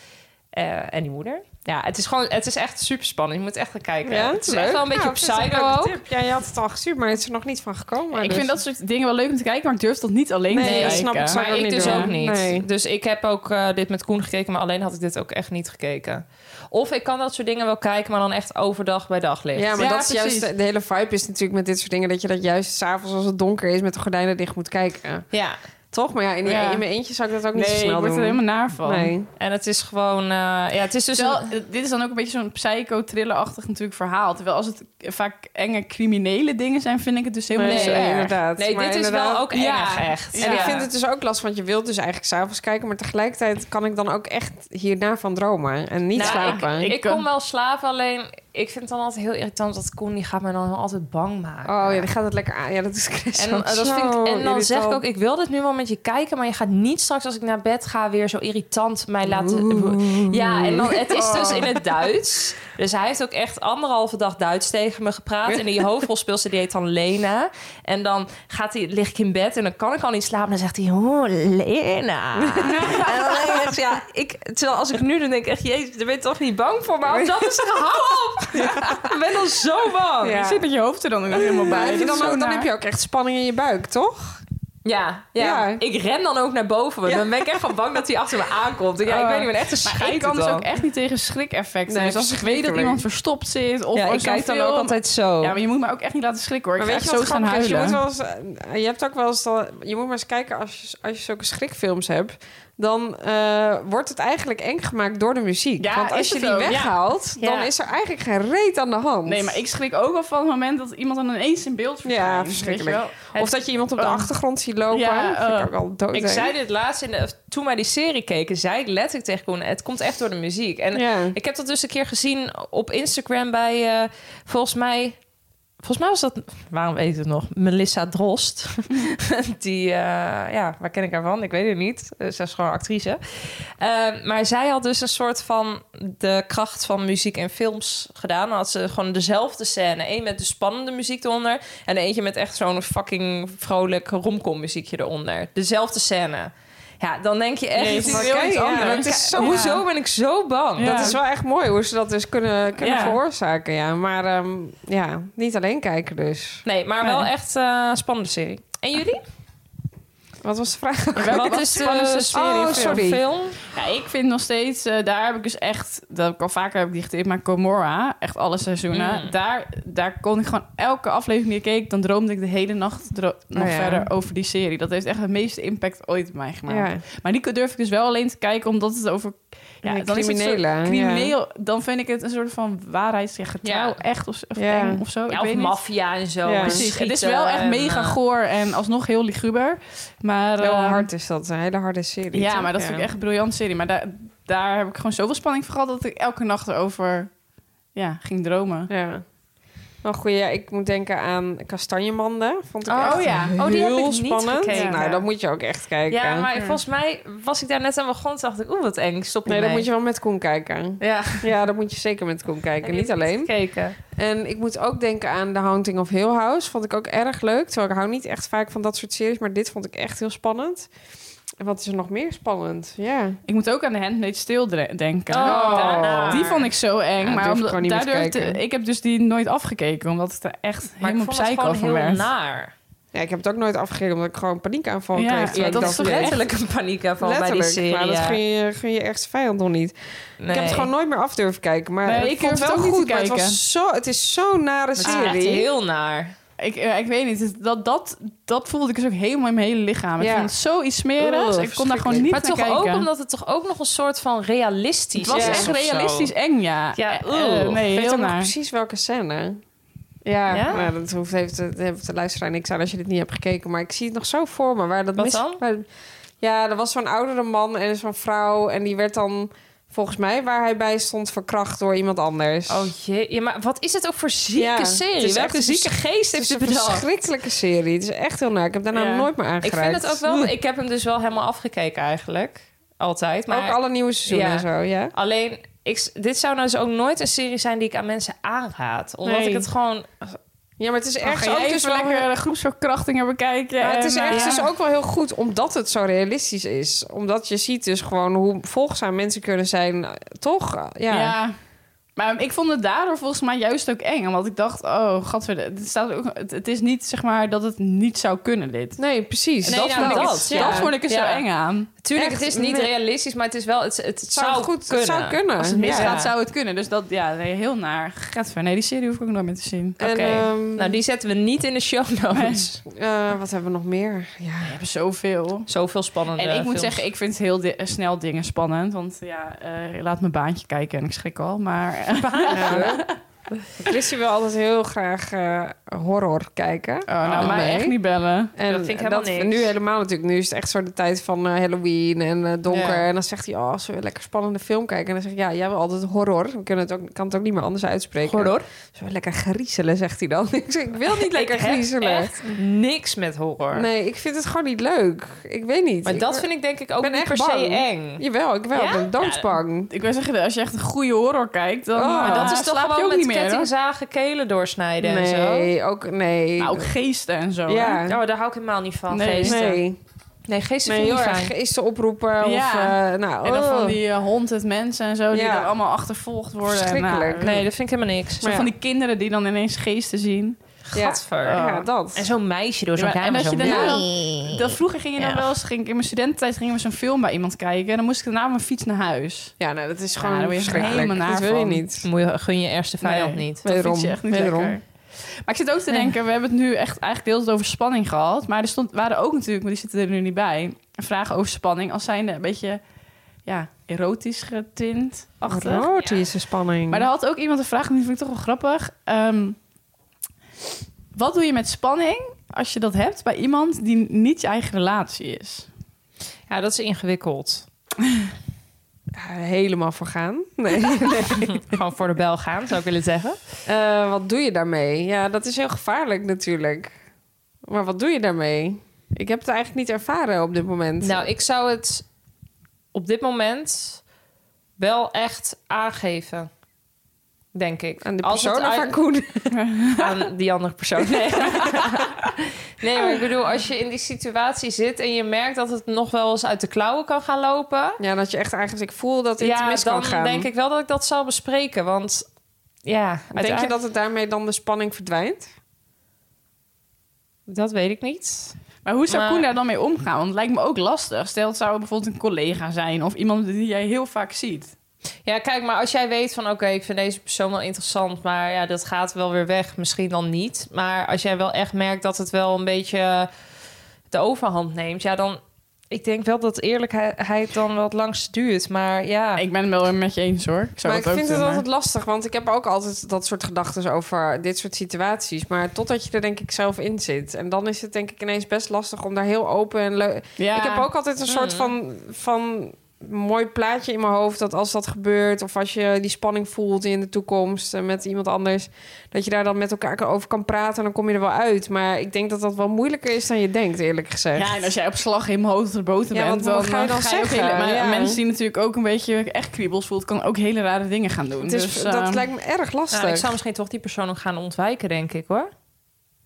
S6: Eh, en die moeder. Ja, het is gewoon, het is echt super spannend. Je moet echt gaan kijken. het is echt wel een beetje
S7: Nou,
S6: psycho ook.
S7: Ja, je had het al gestuurd, maar het is er nog niet van gekomen.
S5: ik
S7: dus-
S5: vind dat soort dingen wel leuk om te kijken, maar ik durf dat niet alleen te
S7: Nee,
S5: kijken.
S7: dat snap ik zo. zou
S6: maar
S7: ook
S6: ik
S7: niet
S6: dus
S7: doen.
S6: ook niet.
S7: Nee.
S6: Dus ik heb ook eh, dit met Koen gekeken, maar alleen had ik dit ook echt niet gekeken. Of ik kan dat soort dingen wel kijken, maar dan echt overdag bij daglicht.
S7: Ja, maar
S5: Ja,
S7: dat is
S5: precies.
S7: juist de, de hele vibe is natuurlijk met dit soort dingen dat je dat juist s'avonds als het donker is met de gordijnen dicht moet kijken.
S6: Ja,
S7: Toch? Maar ja, in, die-
S5: Ja.
S7: in mijn eentje zou ik dat ook niet zo
S5: Nee, ik
S7: snel
S5: word er
S7: doen.
S5: helemaal naar van.
S7: Nee.
S6: en het is gewoon... eh, ja, het is dus...
S5: Dus
S6: een-
S5: dit is dan ook een beetje zo'n psycho-thriller-achtig natuurlijk verhaal. Terwijl als het vaak enge criminele dingen zijn, vind ik het dus helemaal
S7: Nee,
S5: niet zo erg.
S7: inderdaad.
S6: nee,
S7: Maar
S6: dit is
S7: inderdaad-
S6: wel ook erg,
S5: Ja.
S6: echt.
S7: En ik
S6: Ja.
S7: vind het dus ook lastig, want je wilt dus eigenlijk s'avonds kijken, maar tegelijkertijd kan ik dan ook echt hierna van dromen en niet
S6: Nou,
S7: slapen.
S6: Ik, ik
S5: Ik,
S6: kon
S5: eh,
S6: wel slapen, alleen ik vind het dan altijd heel irritant dat Koen die gaat me dan altijd bang maken.
S7: Oh ja, dan gaat het lekker aan. Ja, dat is *laughs* Chris
S6: En,
S7: ook
S6: eh, dat vind
S7: zo
S6: ik, en dan zeg ik
S7: irritant.
S6: ook, ik wil dit nu wel met je kijken, maar je gaat niet straks als ik naar bed ga weer zo irritant mij laten. Ja, en dan, het is
S7: Oh.
S6: dus in het Duits. Dus hij heeft ook echt anderhalve dag Duits tegen me gepraat. En die hoofdrolspeelster die heet dan Lena. En dan gaat hij, lig ik in bed en dan kan ik al niet slapen. Dan zegt hij, oh Lena. en dan denk ik echt, ja, ik, terwijl als ik nu dan denk ik echt, jezus, daar ben je toch niet bang voor? Maar ook dat is er, hou op! Ik ben al zo bang.
S7: Ja.
S5: Je zit met je hoofd er dan ook nog helemaal bij.
S7: Maar heb je
S5: Dat
S7: dan,
S5: is zo
S7: ook, dan
S5: naar.
S7: heb je ook echt spanning in je buik, toch?
S6: Ja, ja.
S7: Ja.
S6: ik ren dan ook naar boven. want Dan ben ik echt gewoon bang dat hij achter me aankomt. Ik, ja, ik
S5: Oh.
S6: weet niet, ik ben echt een
S5: Maar
S6: schijt
S5: ik kan
S6: het
S5: dus
S6: dan.
S5: ook echt niet tegen schrik-effecten.
S7: Nee,
S5: dus als ik weet dat
S7: verschrikkelijk.
S5: iemand verstopt zit of
S6: Ja,
S5: of
S6: ik
S5: zo'n
S6: kijk dan
S5: film-
S6: ook altijd zo.
S5: Ja, maar je moet me ook echt niet laten schrikken hoor. Ik
S7: Maar
S5: ga
S7: weet je
S5: echt
S7: wat
S5: zo gaan
S7: grappig is? Je,
S5: huilen.
S7: moet wel eens, eh, je hebt ook wel eens... al- Je moet maar eens kijken als je, als je zulke schrikfilms hebt... dan eh, wordt het eigenlijk eng gemaakt door de muziek.
S5: Ja,
S7: Want als
S5: is
S7: je
S5: het
S7: die
S5: ook, ja.
S7: weghaalt,
S5: Ja.
S7: dan is er eigenlijk geen reet aan de hand.
S5: Nee, maar ik schrik ook al van het moment dat iemand dan ineens in beeld verschijnt.
S7: Ja,
S5: weet je
S7: verschrikkelijk.
S5: wel.
S7: Of dat je iemand op de
S5: Oh.
S7: achtergrond ziet lopen.
S5: Ja,
S7: vind
S5: eh,
S7: oh. ik ook al dood.
S6: Ik zei dit laatst, in de, of toen wij die serie keken, zei ik letterlijk tegen Koen... het komt echt door de muziek. En
S7: Ja.
S6: ik heb dat dus een keer gezien op Instagram bij, eh, volgens mij... Volgens mij was dat, waarom weet ik het nog, Melissa Drost. *laughs* die, eh, ja, waar ken ik haar van? Ik weet het niet. Eh, Ze is gewoon actrice. Eh, maar zij had dus een soort van de kracht van muziek en films gedaan. Dan had ze gewoon dezelfde scène. Eén met de spannende muziek eronder. En eentje met echt zo'n fucking vrolijk romcom muziekje eronder. Dezelfde scène. Ja, dan denk je echt...
S5: Jezus,
S6: maar
S5: heel
S6: kijk,
S5: iets
S6: ja,
S5: anders.
S6: maar
S7: Het is
S6: kijk,
S7: zo-
S6: Hoezo ben ik zo bang?
S5: Ja.
S7: Dat is wel echt mooi hoe ze dat dus kunnen, kunnen
S5: Ja.
S7: veroorzaken. Ja. Maar ehm, ja, niet alleen kijken dus.
S6: Nee, maar wel echt eh, spannende serie. En
S5: *laughs*
S6: jullie?
S7: Wat was de vraag?
S6: Wat is de
S7: spannendste serie,
S6: serie
S7: film?
S6: of film?
S5: oh, Ja, ik vind nog steeds, eh, daar heb ik dus echt, dat heb ik al vaker heb ik die getipt, maar Comora, echt alle seizoenen,
S6: Mm.
S5: daar, daar kon ik gewoon elke aflevering die ik keek, dan droomde ik de hele nacht dro-
S6: Oh
S5: nog
S7: ja.
S5: verder over die serie. Dat heeft echt het meeste impact ooit op mij gemaakt.
S7: Ja.
S5: Maar die durf ik dus wel alleen te kijken, omdat het over ja,
S7: Ja,
S5: dan is het een soort
S7: criminelen,
S5: crimineel, dan vind ik het een soort van waarheid, ja, getrouw,
S6: Ja.
S5: echt of, of,
S7: Ja.
S5: eng of zo. ik
S6: Ja,
S5: weet
S6: of
S5: niet.
S6: maffia en zo.
S7: Ja.
S6: en
S5: Precies. Het is
S6: schieten
S5: wel echt
S6: en,
S5: mega
S6: eh,
S5: goor en alsnog heel liguber. Maar
S7: Heel
S5: ehm,
S7: hard is dat. Een hele harde serie.
S5: ja,
S7: toch?
S5: maar dat vind ik echt een briljante serie. Maar daar, daar heb ik gewoon zoveel spanning voor gehad dat ik elke nacht erover ja, ging dromen.
S7: Ja. Wel goed, ja, ik moet denken aan Kastanjemanden. Vond ik
S6: Oh,
S7: echt
S6: ja. Oh, die heb
S7: heel
S6: ik niet
S7: spannend.
S6: gekeken.
S7: Nou, dat moet je ook echt kijken.
S6: Ja, maar volgens mij was ik daar net aan begonnen. Dacht ik, oeh, wat eng. Stop
S7: Nee, dat
S6: ermee.
S7: moet je wel met Koen kijken.
S6: Ja.
S7: Ja, dat moet je zeker met Koen kijken. Niet alleen.
S6: Gekeken.
S7: En ik moet ook denken aan The Haunting of Hill House. Vond ik ook erg leuk. Terwijl ik hou niet echt vaak van dat soort series. Maar dit vond ik echt heel spannend. En wat is er nog meer spannend? Ja.
S5: Ik moet ook aan de Handmaid's Stil denken.
S6: Oh,
S5: Daar- Die
S6: daarna.
S5: vond ik zo eng.
S7: Ja, durf
S5: maar
S7: ik
S5: omdat,
S7: gewoon niet
S5: daar
S7: meer te
S5: durfde-
S7: kijken.
S5: ik heb dus die nooit afgekeken, omdat het er echt
S6: Maar ik
S5: helemaal
S6: vond het
S5: psycho
S6: gewoon
S5: van
S6: heel
S5: werd.
S6: naar.
S7: ja. Ik heb het ook nooit afgegeven omdat ik gewoon een paniekaanval
S5: Ja,
S7: kreeg. toen
S5: ja,
S7: ik
S5: dat
S7: dat
S5: is toch
S7: lees.
S5: echt-
S6: Letterlijk een paniekaanval bij die
S7: Letterlijk.
S6: serie.
S7: maar dat
S6: ja.
S7: gun je, gun je ergste vijand nog niet.
S6: Nee.
S7: Ik heb het gewoon nooit meer af durven kijken. Maar
S5: Nee, ik
S7: ik vond het
S5: durf het
S7: wel
S5: ook niet
S7: goed.
S5: te
S7: maar het,
S5: kijken.
S7: was zo, het is zo'n nare
S6: Het is echt
S7: serie.
S6: heel naar.
S5: Ik, eh, ik weet niet, het- dat, dat, dat voelde ik dus ook helemaal in mijn hele lichaam. Ik
S7: Ja.
S5: vond het zoiets smerigs.
S7: Oeh,
S5: ik kon daar gewoon niet
S6: maar
S5: naar
S6: toch
S5: kijken.
S6: ook omdat het toch ook nog een soort van realistisch
S5: het was
S6: is
S5: echt
S6: of zo.
S5: realistisch eng, ja.
S6: Ja,
S5: Eh,
S6: oeh.
S5: eh, nee,
S7: Ik weet
S5: heel
S7: ook nog
S5: naar.
S7: precies welke scène. Ja,
S6: Ja?
S7: Nou, dat hoeft heeft, dat heeft de luisteraar niks aan als je dit niet hebt gekeken. Maar ik zie het nog zo voor me. Waar dat
S6: Wat
S7: mis-
S6: dan?
S7: waar- ja, er was zo'n oudere man en zo'n vrouw. En die werd dan, volgens mij, waar hij bij stond, verkracht door iemand anders.
S6: Oh jee, ja, maar wat is het ook voor zieke
S7: Ja, het
S6: serie?
S7: is echt
S6: Welke
S7: een
S6: zieke geest
S7: het
S6: heeft
S7: is
S6: ze
S7: een
S6: bedacht?
S7: verschrikkelijke serie. Het is echt heel naar. Ik heb daarna
S5: Ja.
S7: nooit meer
S6: Ik
S7: aangeraakt.
S6: vind het ook wel...
S7: Oeh.
S6: Ik heb hem dus wel helemaal afgekeken eigenlijk. Altijd. Maar
S7: Ook alle nieuwe seizoenen
S6: Ja.
S7: en zo, ja.
S6: Alleen, ik, dit zou nou dus ook nooit een serie zijn die ik aan mensen aanraad. Omdat
S7: Nee.
S6: ik het gewoon...
S7: Ja, maar het is
S5: Dan
S7: ergens
S5: ga jij
S7: ook dus
S5: even
S7: wel...
S5: lekker de groepsverkrachtingen bekijken.
S7: Maar het is
S5: en, eh,
S7: ergens
S5: ja.
S7: dus ook wel heel goed omdat het zo realistisch is. Omdat je ziet dus gewoon hoe volgzaam mensen kunnen zijn. eh, Toch? Ja.
S5: Ja. Maar ik vond het daardoor volgens mij juist ook eng. Want ik dacht, oh, gadver, het, staat ook, het, het is niet zeg maar dat het niet zou kunnen, dit.
S7: Nee, precies.
S6: Nee, nou,
S7: vond ik
S6: dat,
S7: het-
S6: ja.
S5: Dat vond ik er
S6: Ja.
S5: zo eng aan.
S6: Tuurlijk,
S7: Echt,
S6: het is niet
S7: nee.
S6: realistisch, maar het is wel... Het, het,
S7: Het zou goed kunnen. Het zou kunnen.
S5: Als het misgaat,
S7: Ja.
S5: zou het kunnen. Dus dat, ja, nee, heel naar. Gadver, nee, die serie hoef ik ook nooit meer te zien.
S7: En,
S6: Oké.
S7: ehm,
S6: Nou, die zetten we niet in de show notes.
S7: eh, wat hebben we nog meer? Ja.
S5: We hebben zoveel.
S6: Zoveel spannende
S5: En ik moet
S6: films.
S5: zeggen, ik vind heel di- eh, snel dingen spannend. Want ja, eh, laat mijn baantje kijken en ik schrik al. Maar eh,
S7: ja. Christy wil altijd heel graag eh, horror kijken.
S5: oh, nou,
S7: Met
S5: mij
S7: mij.
S5: echt niet bellen.
S7: En
S6: Dat vind ik helemaal niks.
S7: Nu helemaal natuurlijk. Nu is het echt zo de tijd van eh, Halloween en eh, donker.
S6: Ja.
S7: En dan zegt hij, oh, zullen we lekker spannende film kijken? En dan zeg ik, ja, jij wil altijd horror. We kunnen het ook, kan het ook niet meer anders uitspreken.
S6: Horror?
S7: Zullen we lekker griezelen, zegt hij dan. *laughs* ik zeg, ik wil niet lekker
S6: ik heb
S7: griezelen.
S6: echt niks met horror.
S7: Nee, ik vind het gewoon niet leuk. Ik weet niet.
S6: Maar dat vind ik denk ik ook
S7: ben
S6: niet
S7: echt
S6: per se
S7: bang.
S6: eng.
S7: Jawel, ik wel.
S6: Ja?
S7: Ik ben doodsbang.
S5: Ik wil zeggen, als je echt een goede horror kijkt, dan
S7: Oh,
S5: eh,
S7: maar
S6: Dat is toch
S5: slaap je
S6: gewoon
S5: ook
S6: met
S5: niet meer. hoor.
S6: kettingzagen kelen doorsnijden en zo.
S7: nee, ook nee.
S5: Maar Nou, ook geesten en zo. hè?
S7: ja.
S6: Oh, daar hou ik helemaal niet van.
S5: Nee.
S6: geesten.
S7: Nee,
S6: nee geesten
S7: nee
S6: vind
S7: heel
S6: ik niet
S7: erg
S6: fijn.
S7: geesten oproepen. Of,
S5: Ja.
S7: eh, nou,
S5: En dan
S7: oh,
S5: van die eh, haunted mensen en zo, die
S7: Ja.
S5: er allemaal achtervolgd worden.
S7: Verschrikkelijk.
S5: En, nou,
S6: Nee, dat vind ik helemaal niks.
S5: zo
S7: Maar ja.
S5: van die kinderen die dan ineens geesten zien.
S7: Ja.
S6: Gadver.
S7: Ja, dat.
S6: En zo'n meisje door
S5: Ja,
S6: zo'n
S5: maar- en
S6: kamer.
S5: dat je
S6: zo-
S5: daarna dan-
S6: Nee.
S5: Dat vroeger ging je dan
S6: Ja.
S5: wel eens, ging ik in mijn studententijd gingen we zo'n film bij iemand kijken. En dan moest ik daarna op mijn fiets naar huis.
S7: Ja, nou, dat is
S5: Ja,
S7: gewoon
S5: daar word je
S7: verschrikkelijk.
S5: helemaal
S7: Dat
S5: naar
S7: wil je
S5: van.
S7: niet.
S6: Moet je, gun je ergste
S5: Nee.
S6: vijand Nou, niet.
S5: Dat vind
S7: Wederom.
S5: je echt niet
S7: Wederom.
S5: lekker. Maar ik zit ook te denken, we hebben het nu echt eigenlijk deels over spanning gehad. Maar er stond, waren ook natuurlijk, maar die zitten er nu niet bij, vragen over spanning. Als zijnde een beetje ja, erotisch getint. Achter.
S7: Erotische spanning.
S5: Maar er had ook iemand een vraag, en die vind ik toch wel grappig. Ehm, wat doe je met spanning als je dat hebt bij iemand die niet je eigen relatie is?
S6: Ja, dat is ingewikkeld.
S7: Ja, helemaal voor gaan. *laughs* Nee.
S6: Gewoon voor de bel gaan, zou ik willen zeggen.
S7: Eh, wat doe je daarmee? Ja, dat is heel gevaarlijk natuurlijk. Maar wat doe je daarmee? Ik heb het eigenlijk niet ervaren op dit moment.
S6: Nou, ik zou het op dit moment wel echt aangeven. Denk ik.
S7: Aan de
S6: Als het
S7: persoon of
S6: uit-
S7: aan Koen?
S6: aan die andere persoon. *laughs* Nee. nee, maar ik bedoel, als je in die situatie zit en je merkt dat het nog wel eens uit de klauwen kan gaan lopen.
S7: Ja, dat je echt eigenlijk ik voel dat dit mis
S6: dan
S7: kan gaan.
S6: denk ik wel dat ik dat zal bespreken. Want ja,
S7: Denk je
S6: uiteindelijk-
S7: dat het daarmee dan de spanning verdwijnt?
S6: Dat weet ik niet.
S5: Maar hoe zou
S6: Maar-
S5: Koen daar dan mee omgaan? Want het lijkt me ook lastig. Stel, het zou bijvoorbeeld een collega zijn of iemand die jij heel vaak ziet.
S6: Ja, kijk, maar als jij weet van... oké, ik vind deze persoon wel interessant... maar ja, dat gaat wel weer weg. Misschien dan niet. Maar als jij wel echt merkt dat het wel een beetje... de overhand neemt, ja, dan... ik denk wel dat eerlijkheid dan wat langst duurt. Maar ja...
S5: Ik ben het wel met je eens hoor. Ik zou
S7: maar
S5: dat
S7: ik
S5: ook
S7: vind
S5: doen,
S7: het
S5: maar-
S7: altijd lastig, want ik heb ook altijd dat soort gedachten over dit soort situaties. Maar totdat je er denk ik zelf in zit. En dan is het denk ik ineens best lastig om daar heel open en leuk...
S5: Ja.
S7: Ik heb ook altijd een
S6: Hmm.
S7: soort van, van mooi plaatje in mijn hoofd... dat als dat gebeurt of als je die spanning voelt in de toekomst... eh, met iemand anders, dat je daar dan met elkaar over kan praten... en dan kom je er wel uit. Maar ik denk dat dat wel moeilijker is dan je denkt, eerlijk gezegd.
S5: Ja, en als jij op slag helemaal hoog de boter
S7: Ja, want
S5: bent, dan eh,
S7: wat ga je dan
S5: ook
S7: zeggen?
S5: hele- maar
S7: Ja.
S5: mensen die natuurlijk ook een beetje echt kriebels voelt, kan ook hele rare dingen gaan doen.
S7: Het is,
S5: dus,
S7: dat
S5: ehm,
S7: lijkt me erg lastig.
S6: Nou, ik zou misschien toch die persoon nog gaan ontwijken, denk ik hoor.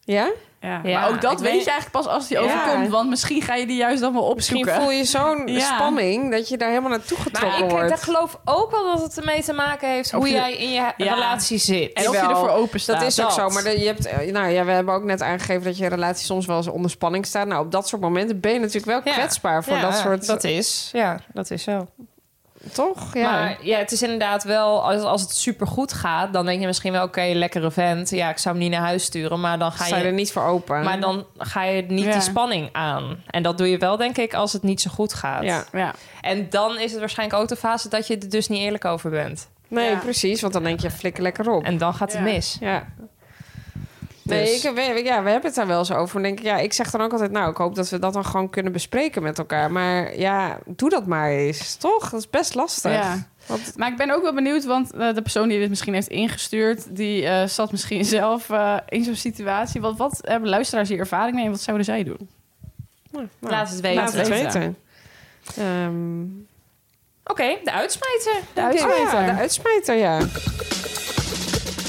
S7: Ja?
S5: ja.
S6: Ja,
S5: maar ook dat
S6: ik
S5: weet
S6: weet-
S5: je eigenlijk pas als die
S7: Ja.
S5: overkomt, want misschien ga je die juist dan wel
S7: Misschien
S5: opzoeken.
S7: voel je
S6: *laughs*
S7: zo'n
S5: Ja.
S7: spanning dat je daar helemaal naartoe
S6: Maar
S7: getrokken
S6: ik,
S7: wordt.
S6: ik geloof ook wel dat het ermee te maken heeft
S5: Of
S6: hoe
S5: je-
S6: jij in je
S5: Ja.
S6: relatie
S5: *laughs*
S6: zit.
S5: en of je
S7: wel.
S5: ervoor open staat.
S7: Dat is ook
S6: dat.
S7: zo, maar de- je hebt, eh, nou ja, we hebben ook net aangegeven dat je relatie soms wel eens onder spanning staat. Nou, op dat soort momenten ben je natuurlijk wel
S6: Ja.
S7: kwetsbaar voor
S6: Ja,
S7: dat soort,
S6: Dat is, ja, dat is zo.
S7: toch? Ja.
S6: Maar ja, het is inderdaad wel, als, als het supergoed gaat, dan denk je misschien wel, oké, lekkere vent. Ja, ik zou hem niet naar huis sturen, maar dan ga
S7: Sta
S6: je,
S7: je er niet voor open?
S6: maar dan ga je niet
S5: Ja.
S6: die spanning aan. En dat doe je wel, denk ik, als het niet zo goed gaat.
S7: Ja.
S5: Ja.
S6: En dan is het waarschijnlijk ook de fase dat je er dus niet eerlijk over bent.
S7: nee,
S5: Ja.
S7: precies, want dan denk je flikker lekker op.
S6: En dan gaat het
S5: Ja.
S6: mis.
S7: Ja. Nee,
S6: Dus-
S7: ik, we, ja, we hebben het daar wel eens over. Dan Denk ik, ja, ik zeg dan ook altijd, nou, ik hoop dat we dat dan gewoon kunnen bespreken met elkaar. Maar ja, doe dat maar eens, toch? Dat is best lastig.
S5: Ja.
S7: Want-
S5: Maar ik ben ook wel benieuwd, want eh, de persoon die dit misschien heeft ingestuurd, die eh, zat misschien zelf eh, in zo'n situatie. Wat, wat hebben luisteraars hier ervaring mee en wat zouden zij doen?
S7: nou,
S6: Laat het weten.
S7: Laat het
S5: weten.
S7: weten. Ehm,
S6: Oké, de uitsmijter.
S5: De
S7: Oh ja, de uitsmijter, ja.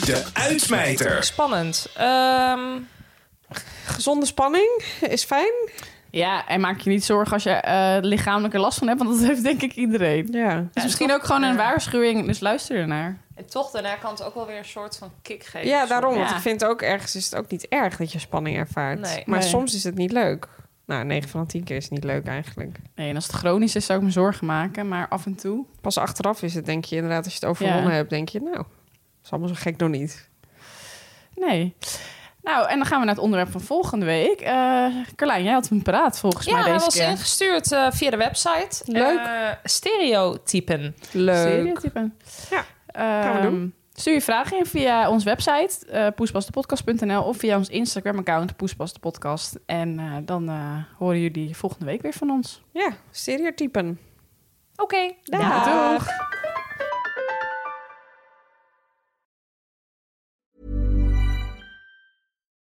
S3: De uitsmijter.
S6: Spannend. Ehm,
S7: Gezonde spanning is fijn.
S5: Ja, en maak je niet zorgen als je eh lichamelijke last van hebt, want dat *laughs* heeft denk ik iedereen.
S7: Ja.
S5: Dus misschien ook gewoon een waarschuwing, dus luister ernaar.
S6: En toch, daarna kan het ook wel weer een soort van kick geven.
S7: Ja, daarom. Want
S5: Ja.
S7: ik vind ook ergens is het ook niet erg dat je spanning ervaart.
S6: Nee.
S7: Maar
S5: Nee.
S7: soms is het niet leuk. Nou, 9 van de 10 keer is het niet leuk eigenlijk.
S5: Nee, en als het chronisch is, zou ik me zorgen maken, maar af en toe.
S7: Pas achteraf is het, denk je inderdaad, als je het overwonnen
S5: Ja.
S7: hebt, denk je, nou, is allemaal zo gek nog niet.
S5: Nee. Nou, en dan gaan we naar het onderwerp van volgende week. Eh Carlijn, jij had een praat volgens
S6: Ja,
S5: mij
S6: hij
S5: deze
S6: was
S5: keer.
S6: ingestuurd eh, via de website.
S7: Leuk.
S6: Eh, stereotypen.
S7: Leuk.
S5: Stereotypen.
S7: Ja,
S5: Ehm,
S7: gaan we doen.
S5: Stuur je vragen in via onze website, eh poespasdepodcast.nl... of via ons Instagram-account, poespasdepodcast. En eh, dan eh, horen jullie volgende week weer van ons.
S7: Ja, stereotypen.
S6: Oké,
S7: Daag.
S5: doeg.